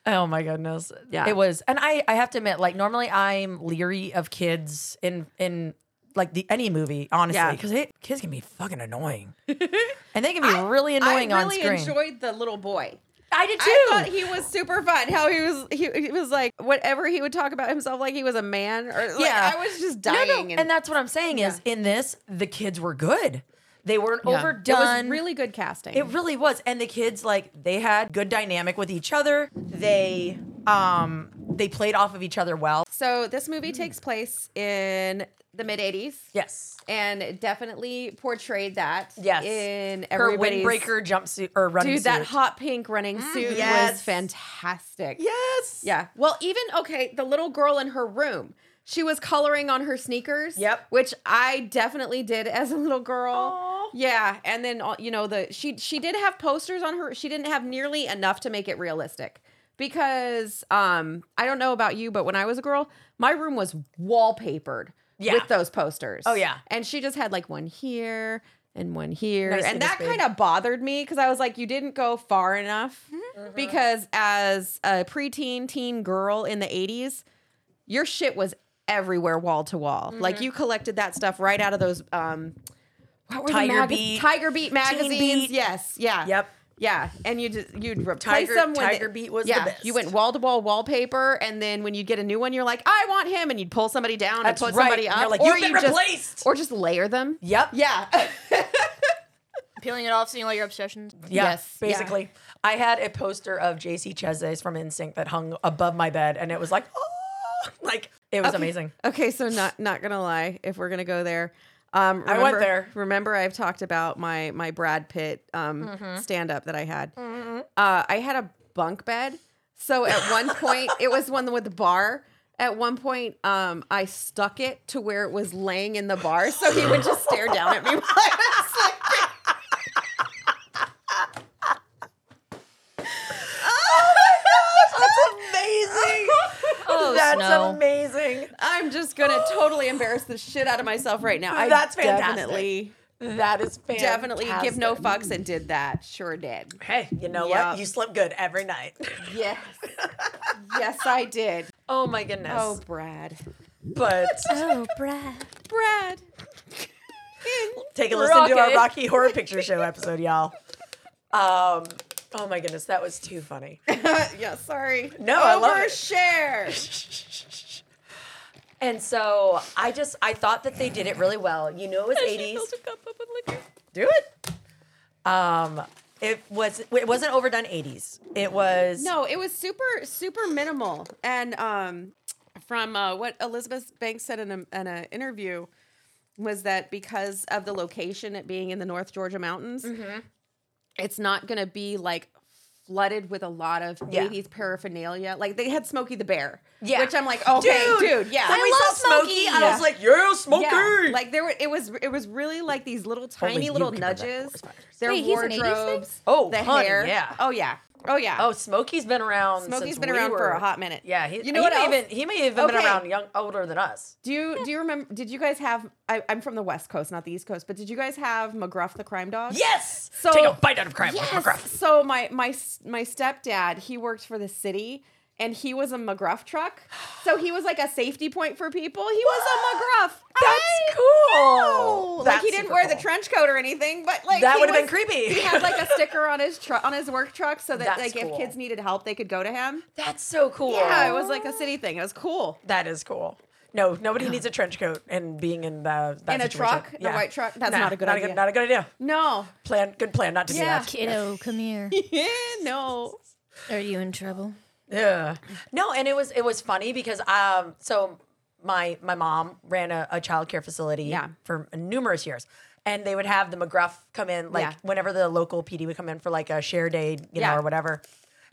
Speaker 5: Oh my goodness.
Speaker 2: Yeah.
Speaker 5: It was. And I, I have to admit, like normally I'm leery of kids in in like the any movie, honestly.
Speaker 2: Yeah.
Speaker 5: Because kids can be fucking annoying. and they can be really annoying
Speaker 2: I
Speaker 5: on
Speaker 2: really
Speaker 5: screen.
Speaker 2: enjoyed the little boy.
Speaker 5: I did
Speaker 2: I
Speaker 5: too.
Speaker 2: thought he was super fun. How he was, he, he was like whatever he would talk about himself, like he was a man, or like,
Speaker 5: yeah,
Speaker 2: I was just
Speaker 5: No,
Speaker 2: dying.
Speaker 5: no, and, that's what I'm saying is in this, the kids were good. They weren't
Speaker 2: Yeah.
Speaker 5: overdone.
Speaker 2: It was really good casting.
Speaker 5: It really was. And the kids like they had good dynamic with each other. They um they played off of each other well.
Speaker 2: So this movie takes place in the mid '80s.
Speaker 5: Yes,
Speaker 2: and it definitely portrayed that.
Speaker 5: Yes.
Speaker 2: in
Speaker 5: Her
Speaker 2: everybody's
Speaker 5: windbreaker jumpsuit or running
Speaker 2: Dude, that
Speaker 5: suit. Mm,
Speaker 2: hot pink running suit was
Speaker 5: yes.
Speaker 2: fantastic.
Speaker 5: Yes.
Speaker 2: Yeah. Well, even okay, the little girl in her room. She was coloring on her sneakers. Yep. Which I definitely did as a little girl. Yeah. And then all- you know the she she did have posters on her. She didn't have nearly enough to make it realistic. Because um I don't know about you, but when I was a girl, my room was wallpapered
Speaker 5: Yeah.
Speaker 2: with those posters.
Speaker 5: Oh, yeah.
Speaker 2: And she just had like one here and one here.
Speaker 5: Nicely
Speaker 2: and that
Speaker 5: displayed.
Speaker 2: kind of bothered me because I was like, you didn't go far enough.
Speaker 5: Mm-hmm.
Speaker 2: Because as a preteen, teen girl in the 80s, your shit was everywhere wall to wall.
Speaker 5: Mm-hmm.
Speaker 2: Like you collected that stuff right out of those um what were the
Speaker 5: Tiger
Speaker 2: maga-
Speaker 5: Beat,
Speaker 2: Tiger Beat magazines.
Speaker 5: Beat.
Speaker 2: Yes. Yeah.
Speaker 5: Yep.
Speaker 2: Yeah. And you just you'd replace
Speaker 5: Tiger-
Speaker 2: them with
Speaker 5: Tiger Beat was the
Speaker 2: yeah,
Speaker 5: best.
Speaker 2: You went wall to wall wallpaper, and then when you'd get a new one, you're like, I want him, and you'd pull somebody down
Speaker 5: That's
Speaker 2: and put
Speaker 5: right.
Speaker 2: somebody up.
Speaker 5: You're like, "You've been
Speaker 2: you just-
Speaker 5: replaced."
Speaker 2: or just layer them.
Speaker 5: Yep.
Speaker 2: Yeah.
Speaker 12: Peeling it off, seeing all your obsessions.
Speaker 5: Yeah,
Speaker 2: Yes.
Speaker 5: Basically. I had a poster of JC Chezes from NSYNC that hung above my bed and it was like, oh like it was
Speaker 2: Okay.
Speaker 5: amazing.
Speaker 2: Okay, so not not gonna lie, if we're gonna go there, um,
Speaker 5: I
Speaker 2: remember,
Speaker 5: went there.
Speaker 2: Remember, I've talked about my my Brad Pitt um,
Speaker 5: Mhm.
Speaker 2: stand up that I had.
Speaker 5: Mm-hmm.
Speaker 2: Uh, I had a bunk bed, so at one point it was one with the bar. At one point, um, I stuck it to where it was laying in the bar, so he would just stare down at me. while I was sleeping. Oh
Speaker 5: amazing.
Speaker 12: Oh,
Speaker 5: That's
Speaker 12: Snow.
Speaker 5: amazing.
Speaker 2: I'm just gonna totally embarrass the shit out of myself right now. I
Speaker 5: That's fantastic.
Speaker 2: definitely,
Speaker 5: That is fantastic.
Speaker 2: definitely give no fucks and did that. Sure did.
Speaker 5: Hey, you know
Speaker 2: Yep.
Speaker 5: what? You slept good every night.
Speaker 2: Yes. yes, I did.
Speaker 5: Oh my goodness.
Speaker 2: Oh, Brad.
Speaker 5: But
Speaker 12: Oh, Brad.
Speaker 2: Brad.
Speaker 5: take a listen to our
Speaker 2: Rocket.
Speaker 5: Rocky Horror Picture Show episode, y'all. Um, oh my goodness, that was too funny.
Speaker 2: yeah, sorry.
Speaker 5: No, I love it.
Speaker 2: Overshare.
Speaker 5: And so I just I thought that they did it really well. You knew it was eighties. Do it. Um, it was it wasn't overdone eighties. It was
Speaker 2: No, it was super, super minimal. And um, from uh, what Elizabeth Banks said in an in a interview was that because of the location, it being in the North Georgia mountains,
Speaker 5: Mm-hmm.
Speaker 2: it's not going to be like flooded with a lot of
Speaker 5: Yeah.
Speaker 2: 80s paraphernalia. Like they had Smokey the Bear,
Speaker 5: Yeah.
Speaker 2: which I'm like, okay, dude, yeah.
Speaker 5: When we saw Smokey, I
Speaker 2: Yeah.
Speaker 5: was like, yeah, Smokey.
Speaker 2: Yeah, like there were, it was, it was really like these little tiny
Speaker 5: you
Speaker 2: little
Speaker 5: can remember
Speaker 2: nudges. Their
Speaker 12: Wait, he's an 80s thing?
Speaker 2: wardrobes,
Speaker 5: Oh,
Speaker 2: the
Speaker 5: honey,
Speaker 2: hair,
Speaker 5: yeah.
Speaker 2: oh yeah. Oh yeah.
Speaker 5: Oh, Smokey's been around.
Speaker 2: Smokey's
Speaker 5: since
Speaker 2: been
Speaker 5: we
Speaker 2: around for
Speaker 5: were-
Speaker 2: a hot minute.
Speaker 5: Yeah, he,
Speaker 2: You know
Speaker 5: he
Speaker 2: what
Speaker 5: may
Speaker 2: else?
Speaker 5: even he may have been
Speaker 2: Okay.
Speaker 5: around young older than us.
Speaker 2: Do you do you remember? Did you guys have? I, I'm from the West Coast, not the East Coast, but did you guys have McGruff the crime dog?
Speaker 5: Yes.
Speaker 2: So
Speaker 5: Take a bite out of crime,
Speaker 2: Yes!
Speaker 5: McGruff.
Speaker 2: So my my s- my stepdad, he worked for the city. And he was a McGruff truck, so he was like a safety point for people. He was a McGruff. That's
Speaker 5: cool.
Speaker 2: Like he
Speaker 5: That's
Speaker 2: didn't
Speaker 5: super
Speaker 2: wear the
Speaker 5: cool.
Speaker 2: trench coat or anything, but like
Speaker 5: That
Speaker 2: he
Speaker 5: would've been
Speaker 2: was-
Speaker 5: creepy.
Speaker 2: He had like a sticker on his truck on his work truck, so that
Speaker 5: That's
Speaker 2: like
Speaker 5: cool.
Speaker 2: if kids needed help, they could go to him.
Speaker 5: That's so cool.
Speaker 2: Yeah, it was like a city thing. It was cool.
Speaker 5: That is cool. No, nobody needs a trench coat and being in the that
Speaker 2: In a
Speaker 5: situation.
Speaker 2: truck? In a white truck? That's
Speaker 5: Nah,
Speaker 2: not a good idea.
Speaker 5: not a good idea.
Speaker 2: No.
Speaker 5: Plan. Good plan. Not to
Speaker 2: Yeah.
Speaker 5: do that.
Speaker 12: Kiddo, come here.
Speaker 2: yeah, no.
Speaker 12: Are you in trouble?
Speaker 5: Yeah. No, and it was it was funny because um so my my mom ran a, a child care facility
Speaker 2: Yeah.
Speaker 5: for numerous years. And they would have the McGruff come in like
Speaker 2: Yeah.
Speaker 5: whenever the local PD would come in for like a share day, you
Speaker 2: Yeah.
Speaker 5: know, or whatever.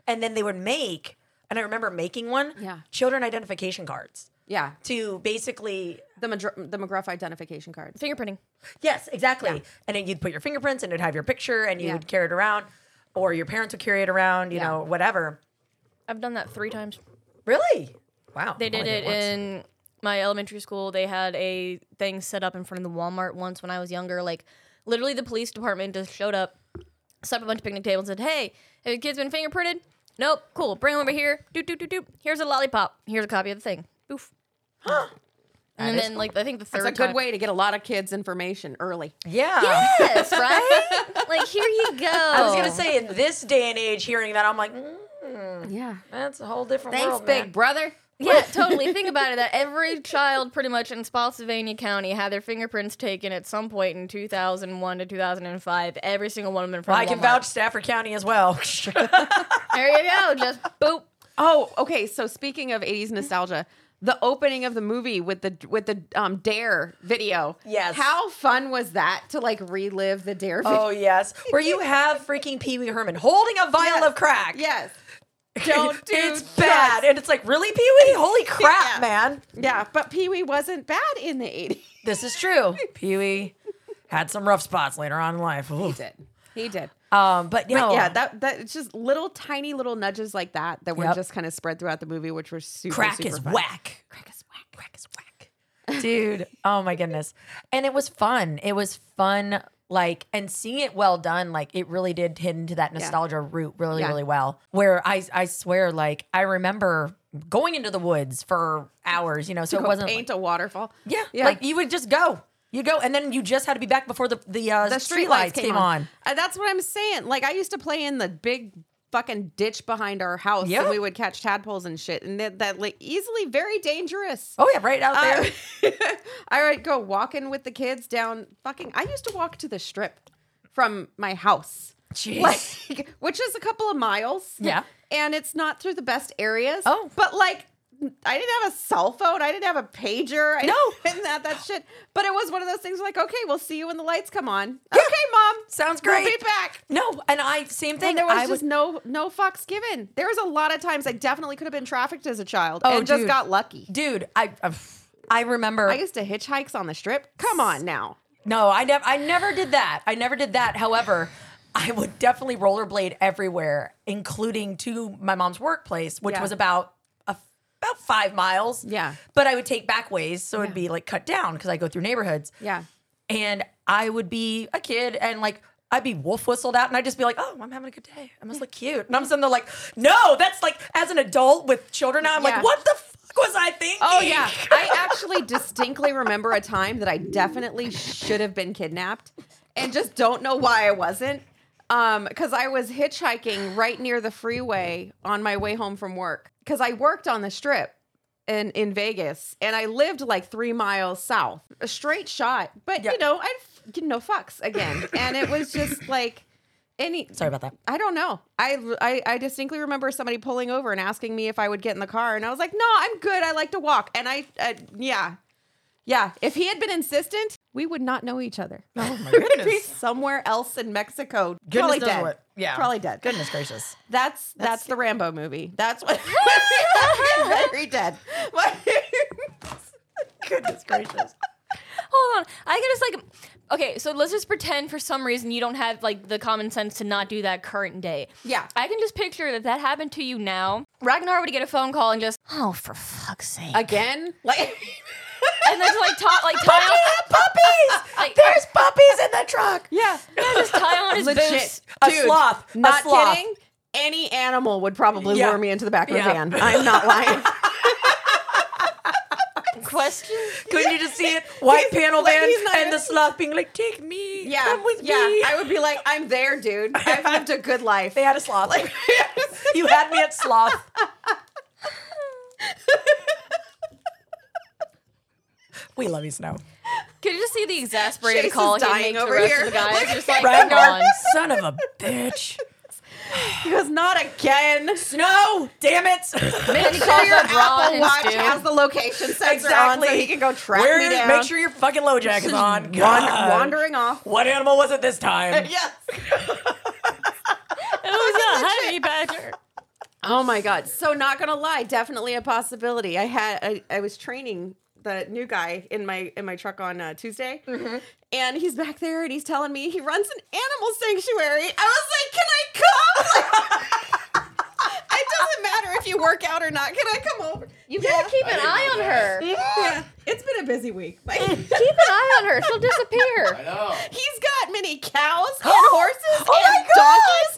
Speaker 5: And then they would make, and I remember making one,
Speaker 2: Yeah.
Speaker 5: children identification cards
Speaker 2: Yeah.
Speaker 5: to basically
Speaker 2: The Madr- the McGruff identification card.
Speaker 12: Fingerprinting.
Speaker 5: Yes, exactly. And then you'd put your fingerprints and it'd have your picture and you
Speaker 2: Yeah.
Speaker 5: would carry it around or your parents would carry it around, you
Speaker 12: Yeah.
Speaker 5: know, whatever.
Speaker 12: I've done that three times.
Speaker 5: Really? Wow.
Speaker 12: They did
Speaker 5: Only
Speaker 12: it
Speaker 5: once.
Speaker 12: in my elementary school. They had a thing set up in front of the Walmart once when I was younger. Like, literally, the police department just showed up, set up a bunch of picnic tables, and said, "Hey, have your kids been fingerprinted? Nope. Cool. Bring them over here. Doot doot doot doot. Here's a lollipop. Here's a copy of the thing. Oof." and
Speaker 2: That is
Speaker 12: then, like, I think the
Speaker 2: It's
Speaker 12: third
Speaker 2: a good
Speaker 12: time-
Speaker 2: way to get a lot of kids information early.
Speaker 5: Yeah.
Speaker 12: Yes, right? like, here you go.
Speaker 5: I was gonna say in this day and age, hearing that I'm like, mm,
Speaker 2: Yeah.
Speaker 5: that's a whole different
Speaker 2: Thanks,
Speaker 5: world.
Speaker 2: big
Speaker 5: man.
Speaker 2: brother.
Speaker 12: Yeah, totally. Think about it. That every child, pretty much in Spotsylvania County, had their fingerprints taken at some point in 2001 to 2005. Every single one of them in
Speaker 5: Well,
Speaker 12: front
Speaker 5: I
Speaker 12: of
Speaker 5: can
Speaker 12: Walmart.
Speaker 5: vouch Stafford County as well.
Speaker 12: There you go. Just boop.
Speaker 2: Oh, okay. So speaking of 80s nostalgia, the opening of the movie with the with the um, Dare video.
Speaker 5: Yes.
Speaker 2: How fun was that to like relive the Dare video?
Speaker 5: oh yes, where you have freaking Pee Wee Herman holding a vial
Speaker 2: Yes.
Speaker 5: of crack.
Speaker 2: Yes. Don't do
Speaker 5: Oh, it's
Speaker 2: drugs.
Speaker 5: bad, and it's like really Pee Wee? Holy crap,
Speaker 2: Yeah.
Speaker 5: man!
Speaker 2: Yeah, but Pee Wee wasn't bad in the 80s.
Speaker 5: This is true. Pee Wee had some rough spots later on in life. Oof.
Speaker 2: He did. He did.
Speaker 5: Um, but no,
Speaker 2: But yeah, that that it's just little tiny little nudges like that that were
Speaker 5: Yep.
Speaker 2: just kind of spread throughout the movie, which were super
Speaker 5: crack
Speaker 2: super
Speaker 5: is
Speaker 2: fun.
Speaker 5: whack. Crack is whack. Crack is whack. Dude, oh my goodness. And it was fun. It was fun. Like, and seeing it well done, like, it really did hit into that nostalgia root really,
Speaker 2: Yeah.
Speaker 5: really well. Where I, I swear, like, I remember going into the woods for hours, you know, so
Speaker 2: To
Speaker 5: it
Speaker 2: go
Speaker 5: wasn't.
Speaker 2: paint a waterfall.
Speaker 5: yeah,
Speaker 2: yeah.
Speaker 5: Like, you would just go. You go, and then you just had to be back before the the, uh,
Speaker 2: the
Speaker 5: street
Speaker 2: streetlights
Speaker 5: lights came, on.
Speaker 2: Uh, that's what I'm saying. Like I used to play in the big fucking ditch behind our house,
Speaker 5: Yeah.
Speaker 2: and we would catch tadpoles and shit, and that, that like easily very dangerous.
Speaker 5: Oh yeah, right out there.
Speaker 2: Uh, I would go walking with the kids down fucking. I used to walk to the strip from my house.
Speaker 5: Jeez.
Speaker 2: Like, which is a couple of miles.
Speaker 5: Yeah.
Speaker 2: And it's not through the best areas.
Speaker 5: Oh.
Speaker 2: But like, I didn't have a cell phone. I didn't have a pager. I
Speaker 5: No.
Speaker 2: didn't have that shit. But it was one of those things like, okay, we'll see you when the lights come on. Okay, mom.
Speaker 5: Sounds
Speaker 2: We'll
Speaker 5: great.
Speaker 2: be back.
Speaker 5: no, and I same thing.
Speaker 2: And there was
Speaker 5: I
Speaker 2: just
Speaker 5: would-
Speaker 2: no no fucks given. There was a lot of times I definitely could have been trafficked as a child
Speaker 5: Oh,
Speaker 2: and just
Speaker 5: dude.
Speaker 2: got lucky.
Speaker 5: dude. I I- I remember.
Speaker 2: I used to hitchhikes on the strip. Come on now.
Speaker 5: No, I never I never did that. I never did that. However, I would definitely rollerblade everywhere, including to my mom's workplace, which
Speaker 2: Yeah.
Speaker 5: was about a, about 5 miles.
Speaker 2: Yeah.
Speaker 5: But I would take back ways, so
Speaker 2: Yeah.
Speaker 5: it'd be like cut down cuz I go through neighborhoods.
Speaker 2: Yeah.
Speaker 5: And I would be a kid and like I'd be wolf whistled out and I'd just be like, oh, I'm having a good day. I must look cute. And I'm sitting there like, no, that's like, as an adult with children now, I'm
Speaker 2: Yeah.
Speaker 5: like, what the fuck was I thinking?
Speaker 2: Oh yeah, I actually distinctly remember a time that I definitely should have been kidnapped, and just don't know why I wasn't. Um, because I was hitchhiking right near the freeway on my way home from work. Because I worked on the strip in in Vegas, and I lived like three miles south, a straight shot. But
Speaker 5: Yeah.
Speaker 2: you know, I give no fucks again, and it was just like any.
Speaker 5: Sorry about that.
Speaker 2: I don't know. I, I I distinctly remember somebody pulling over and asking me if I would get in the car, and I was like, "No, I'm good. I like to walk." And I, uh, yeah, yeah. If he had been insistent, we would not know each other. Oh my goodness. be somewhere else in Mexico, probably
Speaker 5: knows
Speaker 2: dead.
Speaker 5: what- yeah.
Speaker 2: probably dead.
Speaker 5: Goodness gracious.
Speaker 2: That's that's, the Rambo movie. That's what very dead.
Speaker 5: Goodness gracious.
Speaker 12: hold on. I can just like, okay, so let's just pretend for some reason you don't have like the common sense to not do that current day.
Speaker 2: Yeah.
Speaker 12: I can just picture that that happened to you now. Ragnar would get a phone call and just, oh, for fuck's sake.
Speaker 2: Again? Like,
Speaker 12: and then to like, ta- like, Tile.
Speaker 5: puppies!
Speaker 12: Like,
Speaker 5: There's puppies in the truck.
Speaker 2: Yeah.
Speaker 12: just tie on his boots.
Speaker 2: Legit.
Speaker 5: A
Speaker 2: Dude,
Speaker 5: sloth. A
Speaker 2: Not
Speaker 5: sloth.
Speaker 2: kidding. Any animal would probably
Speaker 5: Yeah.
Speaker 2: lure me into the back of
Speaker 5: Yeah.
Speaker 2: a van. I'm not lying.
Speaker 12: Question?
Speaker 5: Couldn't you just see it? White panel
Speaker 2: like,
Speaker 5: van
Speaker 2: he's not-
Speaker 5: and the sloth being like, take me.
Speaker 2: Yeah.
Speaker 5: Come with
Speaker 2: yeah.
Speaker 5: me.
Speaker 2: I would be like, I'm there, dude. I've lived a good life.
Speaker 5: they had a sloth. you had me at sloth. we love you, Snow.
Speaker 12: Could you just see the exasperated
Speaker 2: Chase is
Speaker 12: call he
Speaker 2: dying
Speaker 12: made to the
Speaker 2: over
Speaker 12: rest
Speaker 2: here.
Speaker 12: of the guys? just like,
Speaker 5: Ragnar,
Speaker 12: come on.
Speaker 5: son of a bitch.
Speaker 2: He goes, not again.
Speaker 5: Snow, damn it.
Speaker 12: Then he
Speaker 2: Make
Speaker 12: calls
Speaker 2: sure your
Speaker 12: up Ron
Speaker 2: Apple
Speaker 12: and
Speaker 2: Watch
Speaker 12: Stu.
Speaker 2: has the location sensor on so he can go track
Speaker 5: Where-
Speaker 2: me down.
Speaker 5: Make sure your fucking low jack is on.
Speaker 2: Wan-
Speaker 5: God.
Speaker 2: wandering off.
Speaker 5: What animal was it this time?
Speaker 2: Yes.
Speaker 12: It was a honey badger.
Speaker 2: Oh my god. So not gonna lie, definitely a possibility. I had I, I was training the new guy in my in my truck on uh, Tuesday,
Speaker 12: Mm-hmm.
Speaker 2: and he's back there and he's telling me he runs an animal sanctuary. I was like, can I come? Like, it doesn't matter if you work out or not. Can I come over?
Speaker 12: You better keep an eye on her. Keep
Speaker 2: Yeah, it's been a busy week. Like,
Speaker 12: an eye on her. She'll disappear.
Speaker 10: know.
Speaker 2: He's got many cows and horses and donkeys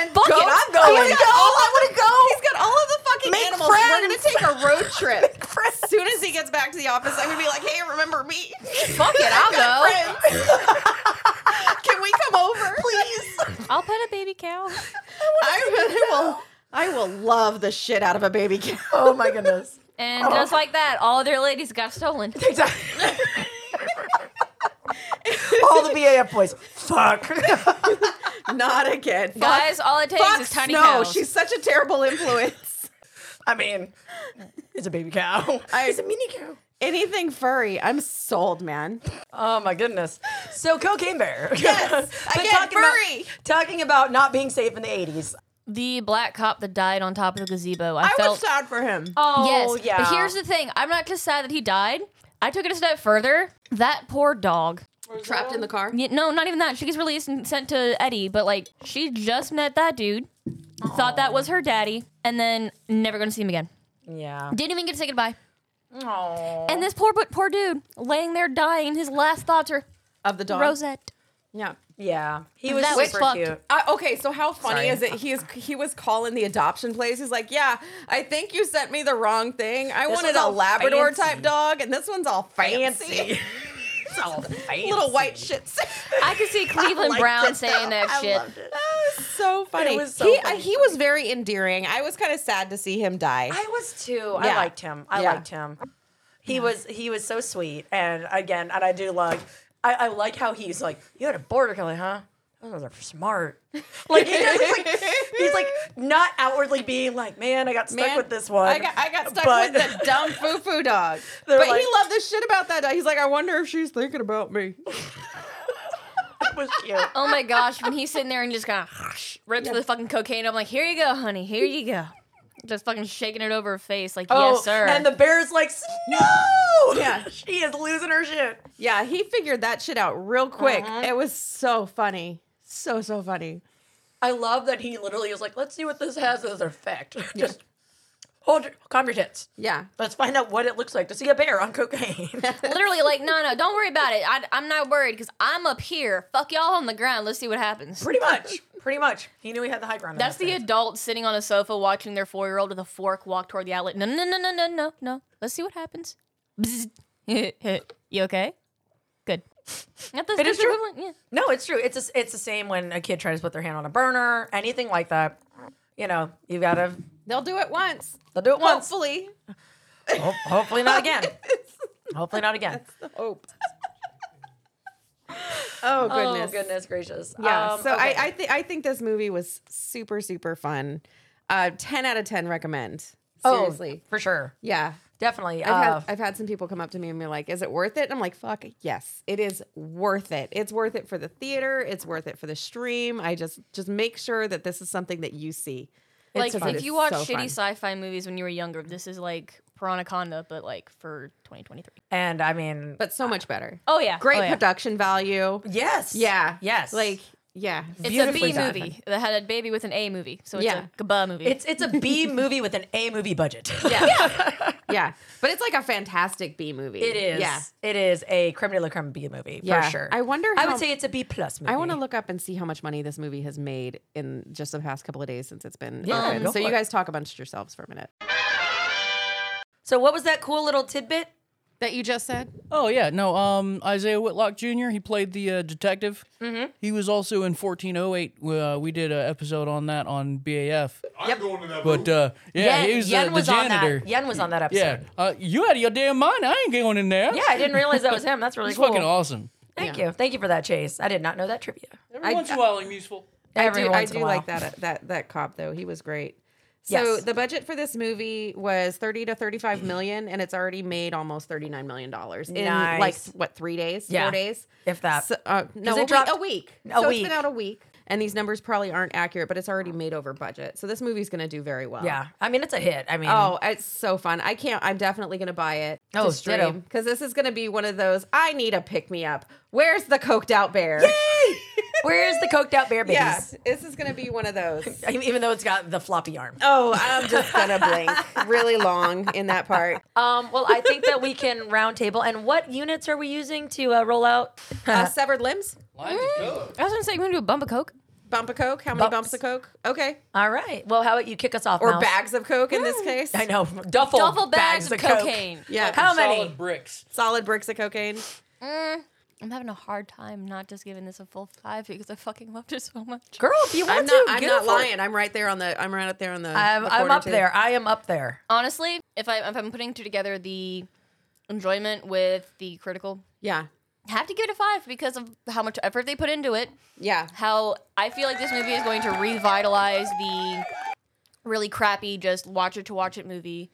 Speaker 2: and
Speaker 12: Oh Fuck it,
Speaker 2: goats.
Speaker 12: I'm
Speaker 5: going.
Speaker 2: He's got all I want to go. He's got all of the fucking
Speaker 5: Make
Speaker 2: animals. We're gonna
Speaker 5: friends.
Speaker 2: take a road trip. As soon as he gets back to the office, I'm gonna be like, "Hey, remember me?
Speaker 12: Fuck it, I'll go.
Speaker 2: Friends. Can we come over, please?
Speaker 12: I'll pet a baby cow.
Speaker 2: I really will. I will love the shit out of a baby cow.
Speaker 5: Oh my goodness.
Speaker 12: And just like that, all their ladies got stolen.
Speaker 5: All the BAF boys. Fuck.
Speaker 2: Not again, Fuck-
Speaker 12: Guys, all it takes
Speaker 2: Fuck
Speaker 12: is tiny
Speaker 2: Snow.
Speaker 12: cows.
Speaker 2: She's such a terrible influence.
Speaker 5: I mean, it's a baby cow.
Speaker 2: I-
Speaker 5: it's a mini cow.
Speaker 2: Anything furry, I'm sold, man.
Speaker 5: Oh my goodness. So cocaine bear.
Speaker 2: Yes,
Speaker 5: But
Speaker 2: again,
Speaker 5: talking
Speaker 2: furry.
Speaker 5: About, talking about not being safe in the 80s.
Speaker 12: the black cop that died on top of the gazebo.
Speaker 2: I
Speaker 12: I,
Speaker 2: was
Speaker 12: felt
Speaker 2: sad for him.
Speaker 5: Oh
Speaker 12: yes. But here's the thing: I'm not just sad that he died. I took it a step further. That poor dog.
Speaker 2: Trapped in the car.
Speaker 12: Y- No, not even that. She gets released and sent to Eddie, but like she just met that dude, thought that was her daddy, and then never gonna see him again.
Speaker 5: yeah.
Speaker 12: Didn't even get to say goodbye. And this poor but poor dude laying there dying. His last thoughts are
Speaker 2: Of the dog.
Speaker 12: Rosette.
Speaker 2: Yeah.
Speaker 5: Yeah. He was
Speaker 12: That was
Speaker 5: super
Speaker 12: fucked.
Speaker 5: cute.
Speaker 2: Uh, okay, so how funny
Speaker 5: Sorry.
Speaker 2: is it? He is he was calling the adoption place. He's like, "Yeah, I think you sent me the wrong thing. I wanted
Speaker 5: one's
Speaker 2: a
Speaker 5: all
Speaker 2: Labrador
Speaker 5: fancy.
Speaker 2: type dog, and this one's all fancy,
Speaker 5: It's all fancy.
Speaker 2: little white shit."
Speaker 12: I could see Cleveland
Speaker 2: liked
Speaker 12: Brown
Speaker 2: it,
Speaker 12: saying
Speaker 2: though.
Speaker 12: that
Speaker 2: I
Speaker 12: shit.
Speaker 2: loved it. That was so funny.
Speaker 5: was so
Speaker 2: he
Speaker 5: funny.
Speaker 2: uh, he was very endearing. I was kind of sad to see him die.
Speaker 5: I was too. I
Speaker 2: Yeah.
Speaker 5: liked him. I
Speaker 2: Yeah.
Speaker 5: liked him. He was he was so sweet. And again, and I do like I, I like how he's like, you had a border collie, huh? Those are smart. Like he doesn't like he's like not outwardly being like, man, I got stuck
Speaker 2: Man,
Speaker 5: with this one.
Speaker 2: I got, I got stuck
Speaker 5: But-
Speaker 2: with the dumb foo foo dog.
Speaker 5: They're
Speaker 2: But
Speaker 5: like-
Speaker 2: he loved the shit about that dog. He's like, I wonder if she's thinking about me.
Speaker 5: It was cute.
Speaker 12: Oh my gosh, when he's sitting there and just kind of rips the fucking cocaine, I'm like, here you go, honey, here you go. Just fucking shaking it over her face, like,
Speaker 5: Oh,
Speaker 12: yes, sir.
Speaker 5: And the bear's like, no.
Speaker 2: Yeah.
Speaker 5: she is losing her shit.
Speaker 2: Yeah, he figured that shit out real quick.
Speaker 12: Uh-huh.
Speaker 2: It was so funny. So, so funny.
Speaker 5: I love that he literally is like, let's see what this has as an effect. Just hold your, calm your tits.
Speaker 2: Yeah.
Speaker 5: Let's find out what it looks like to see a bear on cocaine.
Speaker 12: Literally, like, no, no, don't worry about it. I, I'm not worried because I'm up here. Fuck y'all on the ground. Let's see what happens.
Speaker 5: pretty much, pretty much. He knew he had the high ground. on
Speaker 12: That's
Speaker 5: that
Speaker 12: the
Speaker 5: thing.
Speaker 12: adult sitting on a sofa watching their four year old with a fork walk toward the outlet. No, no, no, no, no, no, no. Let's see what happens. Bzzz. you okay? Good. Not the,
Speaker 5: It is
Speaker 12: that's the
Speaker 5: true.
Speaker 12: equivalent- Yeah.
Speaker 5: No, it's true. It's a, it's the same when a kid tries to put their hand on a burner, anything like that. You know, you gotta.
Speaker 2: They'll do it once.
Speaker 5: They'll do it once.
Speaker 2: Hopefully.
Speaker 5: Ho- hopefully not again. hopefully not again.
Speaker 2: Hope. oh,
Speaker 5: Oh
Speaker 2: goodness.
Speaker 5: goodness gracious.
Speaker 2: Yeah.
Speaker 5: Um,
Speaker 2: so
Speaker 5: okay.
Speaker 2: I, I, th- I think this movie was super, super fun. Uh, 10 out of 10 recommend. Seriously.
Speaker 5: oh, for sure,
Speaker 2: Yeah.
Speaker 5: definitely.
Speaker 2: I've,
Speaker 5: Uh,
Speaker 2: had, I've had some people come up to me and be like, is it worth it? And I'm like, fuck, yes, it is worth it. It's worth it for the theater. It's worth it for the stream. I just, just make sure that this is something that you see.
Speaker 12: Like,
Speaker 2: fun.
Speaker 12: if
Speaker 2: It's
Speaker 12: you watch
Speaker 2: so
Speaker 12: shitty
Speaker 2: fun.
Speaker 12: sci fi movies when you were younger, this is like Piranaconda, but like for 2023.
Speaker 5: And I mean,
Speaker 2: but so much better.
Speaker 12: Oh, yeah.
Speaker 2: great
Speaker 12: Oh, yeah.
Speaker 2: production value.
Speaker 5: Yes.
Speaker 2: Yeah.
Speaker 5: Yes.
Speaker 2: Like yeah,
Speaker 12: It's a B movie that had a baby with an A movie, so it's
Speaker 2: Yeah.
Speaker 12: a Gaba movie.
Speaker 5: It's it's a B movie with an A movie budget.
Speaker 2: yeah, but it's like a fantastic B movie.
Speaker 5: It is.
Speaker 2: Yeah.
Speaker 5: It is a creme de la creme B movie
Speaker 2: Yeah.
Speaker 5: for sure.
Speaker 2: I wonder
Speaker 5: I
Speaker 2: how-
Speaker 5: would say it's a B plus movie.
Speaker 2: I want to look up and see how much money this movie has made in just the past couple of days since it's been.
Speaker 5: Yeah,
Speaker 2: open.
Speaker 5: go
Speaker 2: so
Speaker 5: for
Speaker 2: you
Speaker 5: it.
Speaker 2: guys talk amongst yourselves for a minute.
Speaker 5: So what was that cool little tidbit
Speaker 2: that you just said?
Speaker 15: Oh yeah, no. Um, Isaiah Whitlock Jr. He played the uh, detective. Mm-hmm. He was also in 1408. Uh, we did an episode on that on BAF.
Speaker 5: Yep.
Speaker 15: But uh, yeah,
Speaker 5: Yen,
Speaker 15: he was
Speaker 5: Yen
Speaker 15: the,
Speaker 5: was
Speaker 15: the janitor.
Speaker 5: on that. Yen was on that episode.
Speaker 15: yeah, uh, you out of your damn mind. I ain't going in there.
Speaker 5: Yeah, I didn't realize that was him. That's really
Speaker 15: He's
Speaker 5: cool.
Speaker 15: fucking awesome.
Speaker 5: Thank you. Thank you for that, Chase. I did not know that trivia.
Speaker 15: Every once in a while, I'm useful.
Speaker 2: I
Speaker 5: Every
Speaker 2: do, I
Speaker 5: once in
Speaker 2: do
Speaker 5: a while.
Speaker 2: like that uh, that that cop though. He was great. So
Speaker 5: Yes.
Speaker 2: the budget for this movie was thirty to thirty-five million, and it's already made almost thirty-nine million dollars in like
Speaker 5: Nice.
Speaker 2: what three days,
Speaker 5: Yeah.
Speaker 2: four days,
Speaker 5: If that.
Speaker 2: So, uh,
Speaker 5: 'Cause
Speaker 2: no,
Speaker 5: it
Speaker 2: a week,
Speaker 5: dropped-
Speaker 2: a week.
Speaker 5: a
Speaker 2: so it's
Speaker 5: week.
Speaker 2: been out a week, and these numbers probably aren't accurate, but it's already made over budget. So this movie's going to do very well.
Speaker 5: Yeah. I mean, it's a hit. I mean,
Speaker 2: oh, it's so fun. I can't. I'm definitely going to buy it. to
Speaker 5: Oh, ditto.
Speaker 2: stream because this is going to be one of those. I need a pick me up. Where's the coked out bear?
Speaker 5: where's the coked out bear babies?
Speaker 2: Yeah, this is going to be one of those.
Speaker 5: Even though it's got the floppy arm.
Speaker 2: Oh, I'm just gonna blink really long in that part.
Speaker 5: Um, well, I think that we can round table. And what units are we using to uh, roll out?
Speaker 2: Uh, severed limbs.
Speaker 12: I was gonna say, you want to do a bump of coke?
Speaker 2: Bump of coke. How many
Speaker 5: Bumps.
Speaker 2: bumps of coke? Okay.
Speaker 5: All right. Well, how about you kick us off?
Speaker 2: Or
Speaker 5: Mouse?
Speaker 2: bags of coke in this case.
Speaker 5: I know. Duffel,
Speaker 12: Duffel bags of
Speaker 5: Coke.
Speaker 12: cocaine.
Speaker 2: Yeah.
Speaker 5: How many?
Speaker 15: bricks?
Speaker 2: Solid bricks of cocaine.
Speaker 12: Mm, I'm having a hard time not just giving this a full five because I fucking loved it so much.
Speaker 5: Girl, if you want
Speaker 2: I'm not.
Speaker 5: to,
Speaker 2: I'm
Speaker 5: go
Speaker 2: not
Speaker 5: for it.
Speaker 2: lying. I'm right there on the. I'm right up there on the.
Speaker 5: I'm,
Speaker 2: the
Speaker 5: I'm
Speaker 2: quarter
Speaker 5: up
Speaker 2: too.
Speaker 5: there. I am up there.
Speaker 12: Honestly, if I if I'm putting two together the enjoyment with the critical,
Speaker 2: Yeah.
Speaker 12: have to give it a five because of how much effort they put into it.
Speaker 2: Yeah.
Speaker 12: How I feel like this movie is going to revitalize the really crappy just watch it to watch it movie.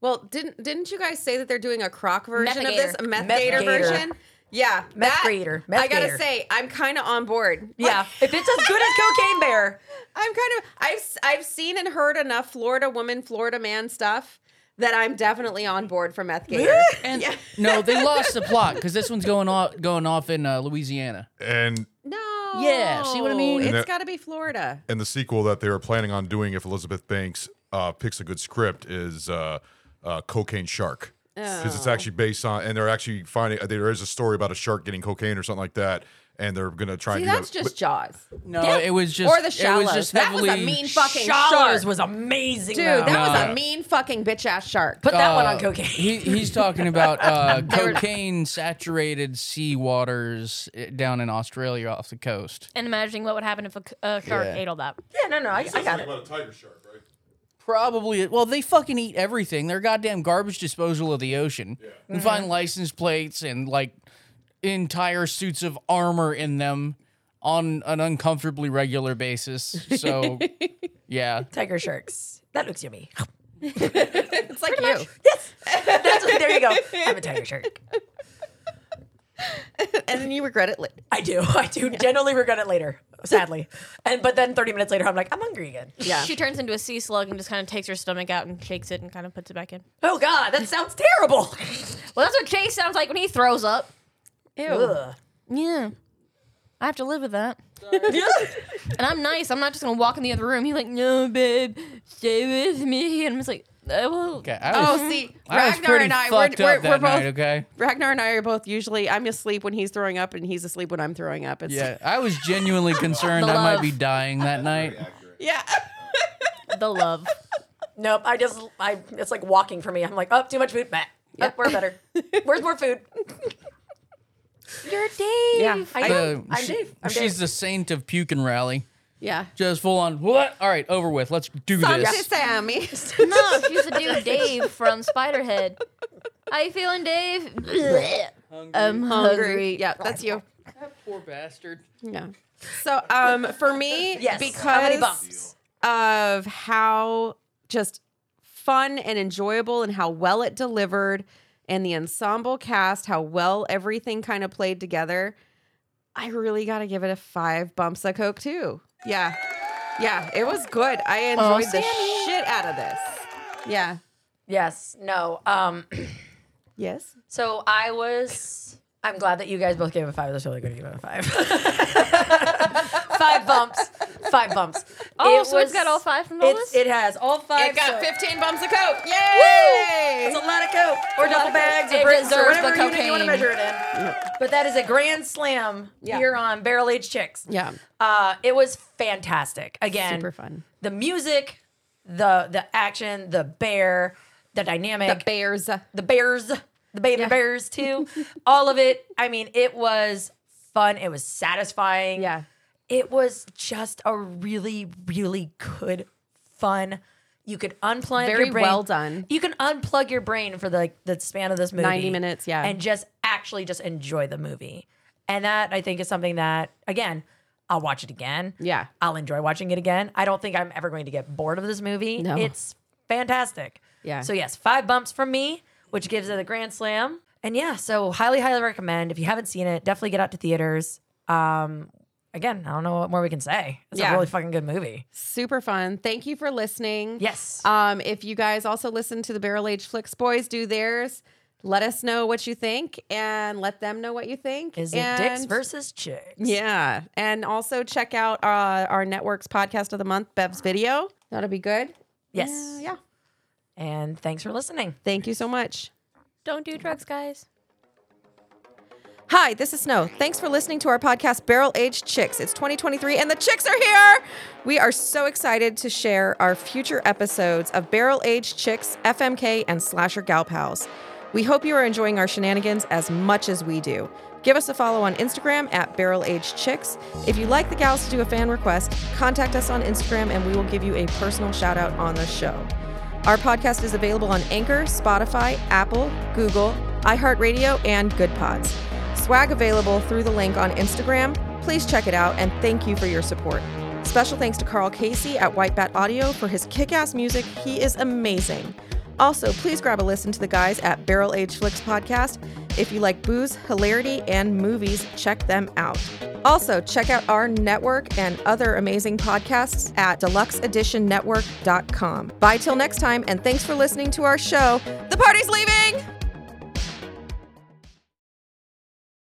Speaker 2: Well, didn't didn't you guys say that they're doing a croc version of this, a
Speaker 12: Methgator.
Speaker 2: meth gator
Speaker 5: Methgator.
Speaker 2: version? Yeah,
Speaker 5: Meth
Speaker 2: that-
Speaker 5: gator.
Speaker 2: I gotta
Speaker 5: Methgator.
Speaker 2: say, I'm kind of on board.
Speaker 5: Yeah. if it's as good as Cocaine Bear,
Speaker 2: I'm kind of I've s- I've seen and heard enough Florida woman, Florida man stuff that I'm definitely on board for meth gator.
Speaker 15: And no, they lost the plot because this one's going off going off in uh, Louisiana.
Speaker 9: And
Speaker 2: No.
Speaker 15: Yeah, see what I mean?
Speaker 2: It's
Speaker 9: And that-
Speaker 2: got to be Florida.
Speaker 9: and the sequel that they were planning on doing if Elizabeth Banks uh, picks a good script is uh, uh, Cocaine Shark. Because it's
Speaker 2: Oh.
Speaker 9: actually based on, and they're actually finding uh, there is a story about a shark getting cocaine or something like that, and they're gonna try
Speaker 2: See,
Speaker 9: and do
Speaker 2: that's
Speaker 9: that.
Speaker 2: just Jaws.
Speaker 15: No, it was just
Speaker 2: or the
Speaker 15: It
Speaker 2: shallows.
Speaker 15: was just
Speaker 2: that was a
Speaker 15: heavily-
Speaker 2: mean fucking
Speaker 5: Shallows
Speaker 2: shark.
Speaker 5: was amazing.
Speaker 2: Dude,
Speaker 5: though.
Speaker 2: that was
Speaker 15: No.
Speaker 2: a mean fucking bitch ass shark.
Speaker 5: Put that one
Speaker 15: Uh,
Speaker 5: on cocaine.
Speaker 15: He, he's talking about uh, cocaine saturated sea waters eh, down in Australia off the coast.
Speaker 12: And imagining what would happen if a, c- a shark
Speaker 15: Yeah.
Speaker 12: Uh, ate all that.
Speaker 5: yeah, no, no, I, I got it.
Speaker 9: about a tiger shark, right?
Speaker 15: Probably. Well, they fucking eat everything. They're goddamn garbage disposal of the ocean. You find license plates and like entire suits of armor in them on an uncomfortably regular basis. So, yeah.
Speaker 5: Tiger sharks. That looks yummy.
Speaker 2: It's like you.
Speaker 5: That's- there you go. I'm a tiger shark.
Speaker 2: And then you regret it. later.
Speaker 5: I do. I do generally regret it later, sadly. And but then 30 minutes later, I'm like, I'm hungry again.
Speaker 2: Yeah.
Speaker 12: She turns into a sea slug and just kind of takes her stomach out and shakes it and kind of puts it back in.
Speaker 5: Oh God, that sounds terrible.
Speaker 12: Well, that's what Chase sounds like when he throws up.
Speaker 5: Ugh.
Speaker 12: Yeah. I have to live with that. and I'm nice. I'm not just going to walk in the other room. He's like, no, babe, stay with me. And I'm just like, I will.
Speaker 15: Okay. I was,
Speaker 2: oh, see,
Speaker 15: I was
Speaker 2: Ragnar
Speaker 15: pretty
Speaker 2: and I, we're,
Speaker 15: fucked
Speaker 2: we're,
Speaker 15: up
Speaker 2: we're
Speaker 15: that night,
Speaker 2: both.
Speaker 15: okay?
Speaker 2: Ragnar and I are both usually. I'm asleep when he's throwing up, and he's asleep when I'm throwing up. It's
Speaker 15: Yeah, I was genuinely concerned
Speaker 12: The
Speaker 15: I might
Speaker 12: love.
Speaker 15: be dying that night.
Speaker 2: yeah.
Speaker 12: The love.
Speaker 5: Nope. I just I it's like walking for me. I'm like, oh, too much food. Meh. Oh, we're better. Where's more food?
Speaker 12: You're Dave.
Speaker 2: Yeah.
Speaker 5: I
Speaker 15: Uh,
Speaker 5: know. I'm
Speaker 15: she-
Speaker 5: Dave. I'm
Speaker 15: she's
Speaker 5: Dave.
Speaker 15: the saint of puke and rally.
Speaker 2: Yeah.
Speaker 15: Just full on. What? All right, over with. Let's do
Speaker 2: Talk to
Speaker 15: this.
Speaker 2: Sammy.
Speaker 12: No, she's the dude Dave from Spiderhead. How you feeling, Dave? I'm hungry.
Speaker 2: Oh, Yeah, that's you.
Speaker 15: Poor bastard.
Speaker 2: Yeah. So um for me,
Speaker 5: Yes. How many
Speaker 2: because
Speaker 5: bumps?
Speaker 2: of how just fun and enjoyable and how well it delivered and the ensemble cast, how well everything kind of played together, I really gotta give it a five bumps of Coke too. Yeah. Yeah, it was good. I enjoyed the shit out of this. Yeah.
Speaker 5: Yes. No. Um.
Speaker 2: yes.
Speaker 5: So I was. I'm glad that you guys both gave a five. That's really good. to give it a five. five bumps. Five bumps.
Speaker 12: Oh, so it's got all five from all
Speaker 5: it's-
Speaker 12: this?
Speaker 5: It has all five.
Speaker 2: It got
Speaker 5: so-
Speaker 2: 15 bumps of coke. Yay!
Speaker 5: Woo! It's a lot of coke, or
Speaker 2: It's a lot
Speaker 5: duffel
Speaker 2: of
Speaker 5: bags,
Speaker 2: coke.
Speaker 5: or
Speaker 2: It
Speaker 5: bricks, or
Speaker 2: deserves the
Speaker 5: whatever unit you want to
Speaker 2: cocaine.
Speaker 5: measure it in. But that is a grand slam
Speaker 2: Yeah.
Speaker 5: here on Barrel Age Chicks.
Speaker 2: Yeah.
Speaker 5: Uh, it was fantastic. Again,
Speaker 2: Super fun.
Speaker 5: The music, the the action, the bear, the dynamic,
Speaker 2: The bears.
Speaker 5: the bears, the baby bears too. All of it. I mean, it was fun. It was satisfying. Yeah. It was just a really, really good, fun. You could unplug
Speaker 2: Very
Speaker 5: your brain.
Speaker 2: well done.
Speaker 5: You can unplug your brain for the, like the span of this movie.
Speaker 2: 90 minutes, yeah.
Speaker 5: And just actually just enjoy the movie. And that I think is something that again, I'll watch it again.
Speaker 2: Yeah.
Speaker 5: I'll enjoy watching it again. I don't think I'm ever going to get bored of this movie.
Speaker 2: No.
Speaker 5: It's fantastic.
Speaker 2: Yeah.
Speaker 5: So yes, five bumps from me, which gives it a grand slam. And yeah, so highly, highly recommend. If you haven't seen it, definitely get out to theaters. Um, again, I don't know what more we can say. It's
Speaker 2: Yeah.
Speaker 5: a really fucking good movie.
Speaker 2: Super fun. Thank you for listening.
Speaker 5: Yes.
Speaker 2: Um, if you guys also listen to the Barrel Age Flicks boys do theirs, let us know what you think and let them know what you think.
Speaker 5: Is it dicks
Speaker 2: And-
Speaker 5: versus chicks?
Speaker 2: Yeah. And also check out uh, our network's podcast of the month, Bev's Video. That'll be good.
Speaker 5: Yes.
Speaker 2: Uh, yeah.
Speaker 5: And thanks for listening.
Speaker 2: Thank you so much.
Speaker 12: Don't do drugs, guys.
Speaker 2: Hi, this is Snow. Thanks for listening to our podcast, Barrel Age Chicks. It's 2023 and the chicks are here. We are so excited to share our future episodes of Barrel Age Chicks, FMK, and Slasher Gal Pals. We hope you are enjoying our shenanigans as much as we do. Give us a follow on Instagram at Barrel Age Chicks. If you like the gals to do a fan request, contact us on Instagram and we will give you a personal shout out on the show. Our podcast is available on Anchor, Spotify, Apple, Google, iHeartRadio, and Good Pods. Swag available through the link on Instagram. Please check it out and thank you for your support. Special thanks to Carl Casey at White Bat Audio for his kick ass music. He is amazing. Also, please grab a listen to the guys at Barrel Age Flicks Podcast. If you like booze, hilarity, and movies, check them out. Also, check out our network and other amazing podcasts at deluxeeditionnetwork.com. Bye till next time, and thanks for listening to our show. The party's leaving!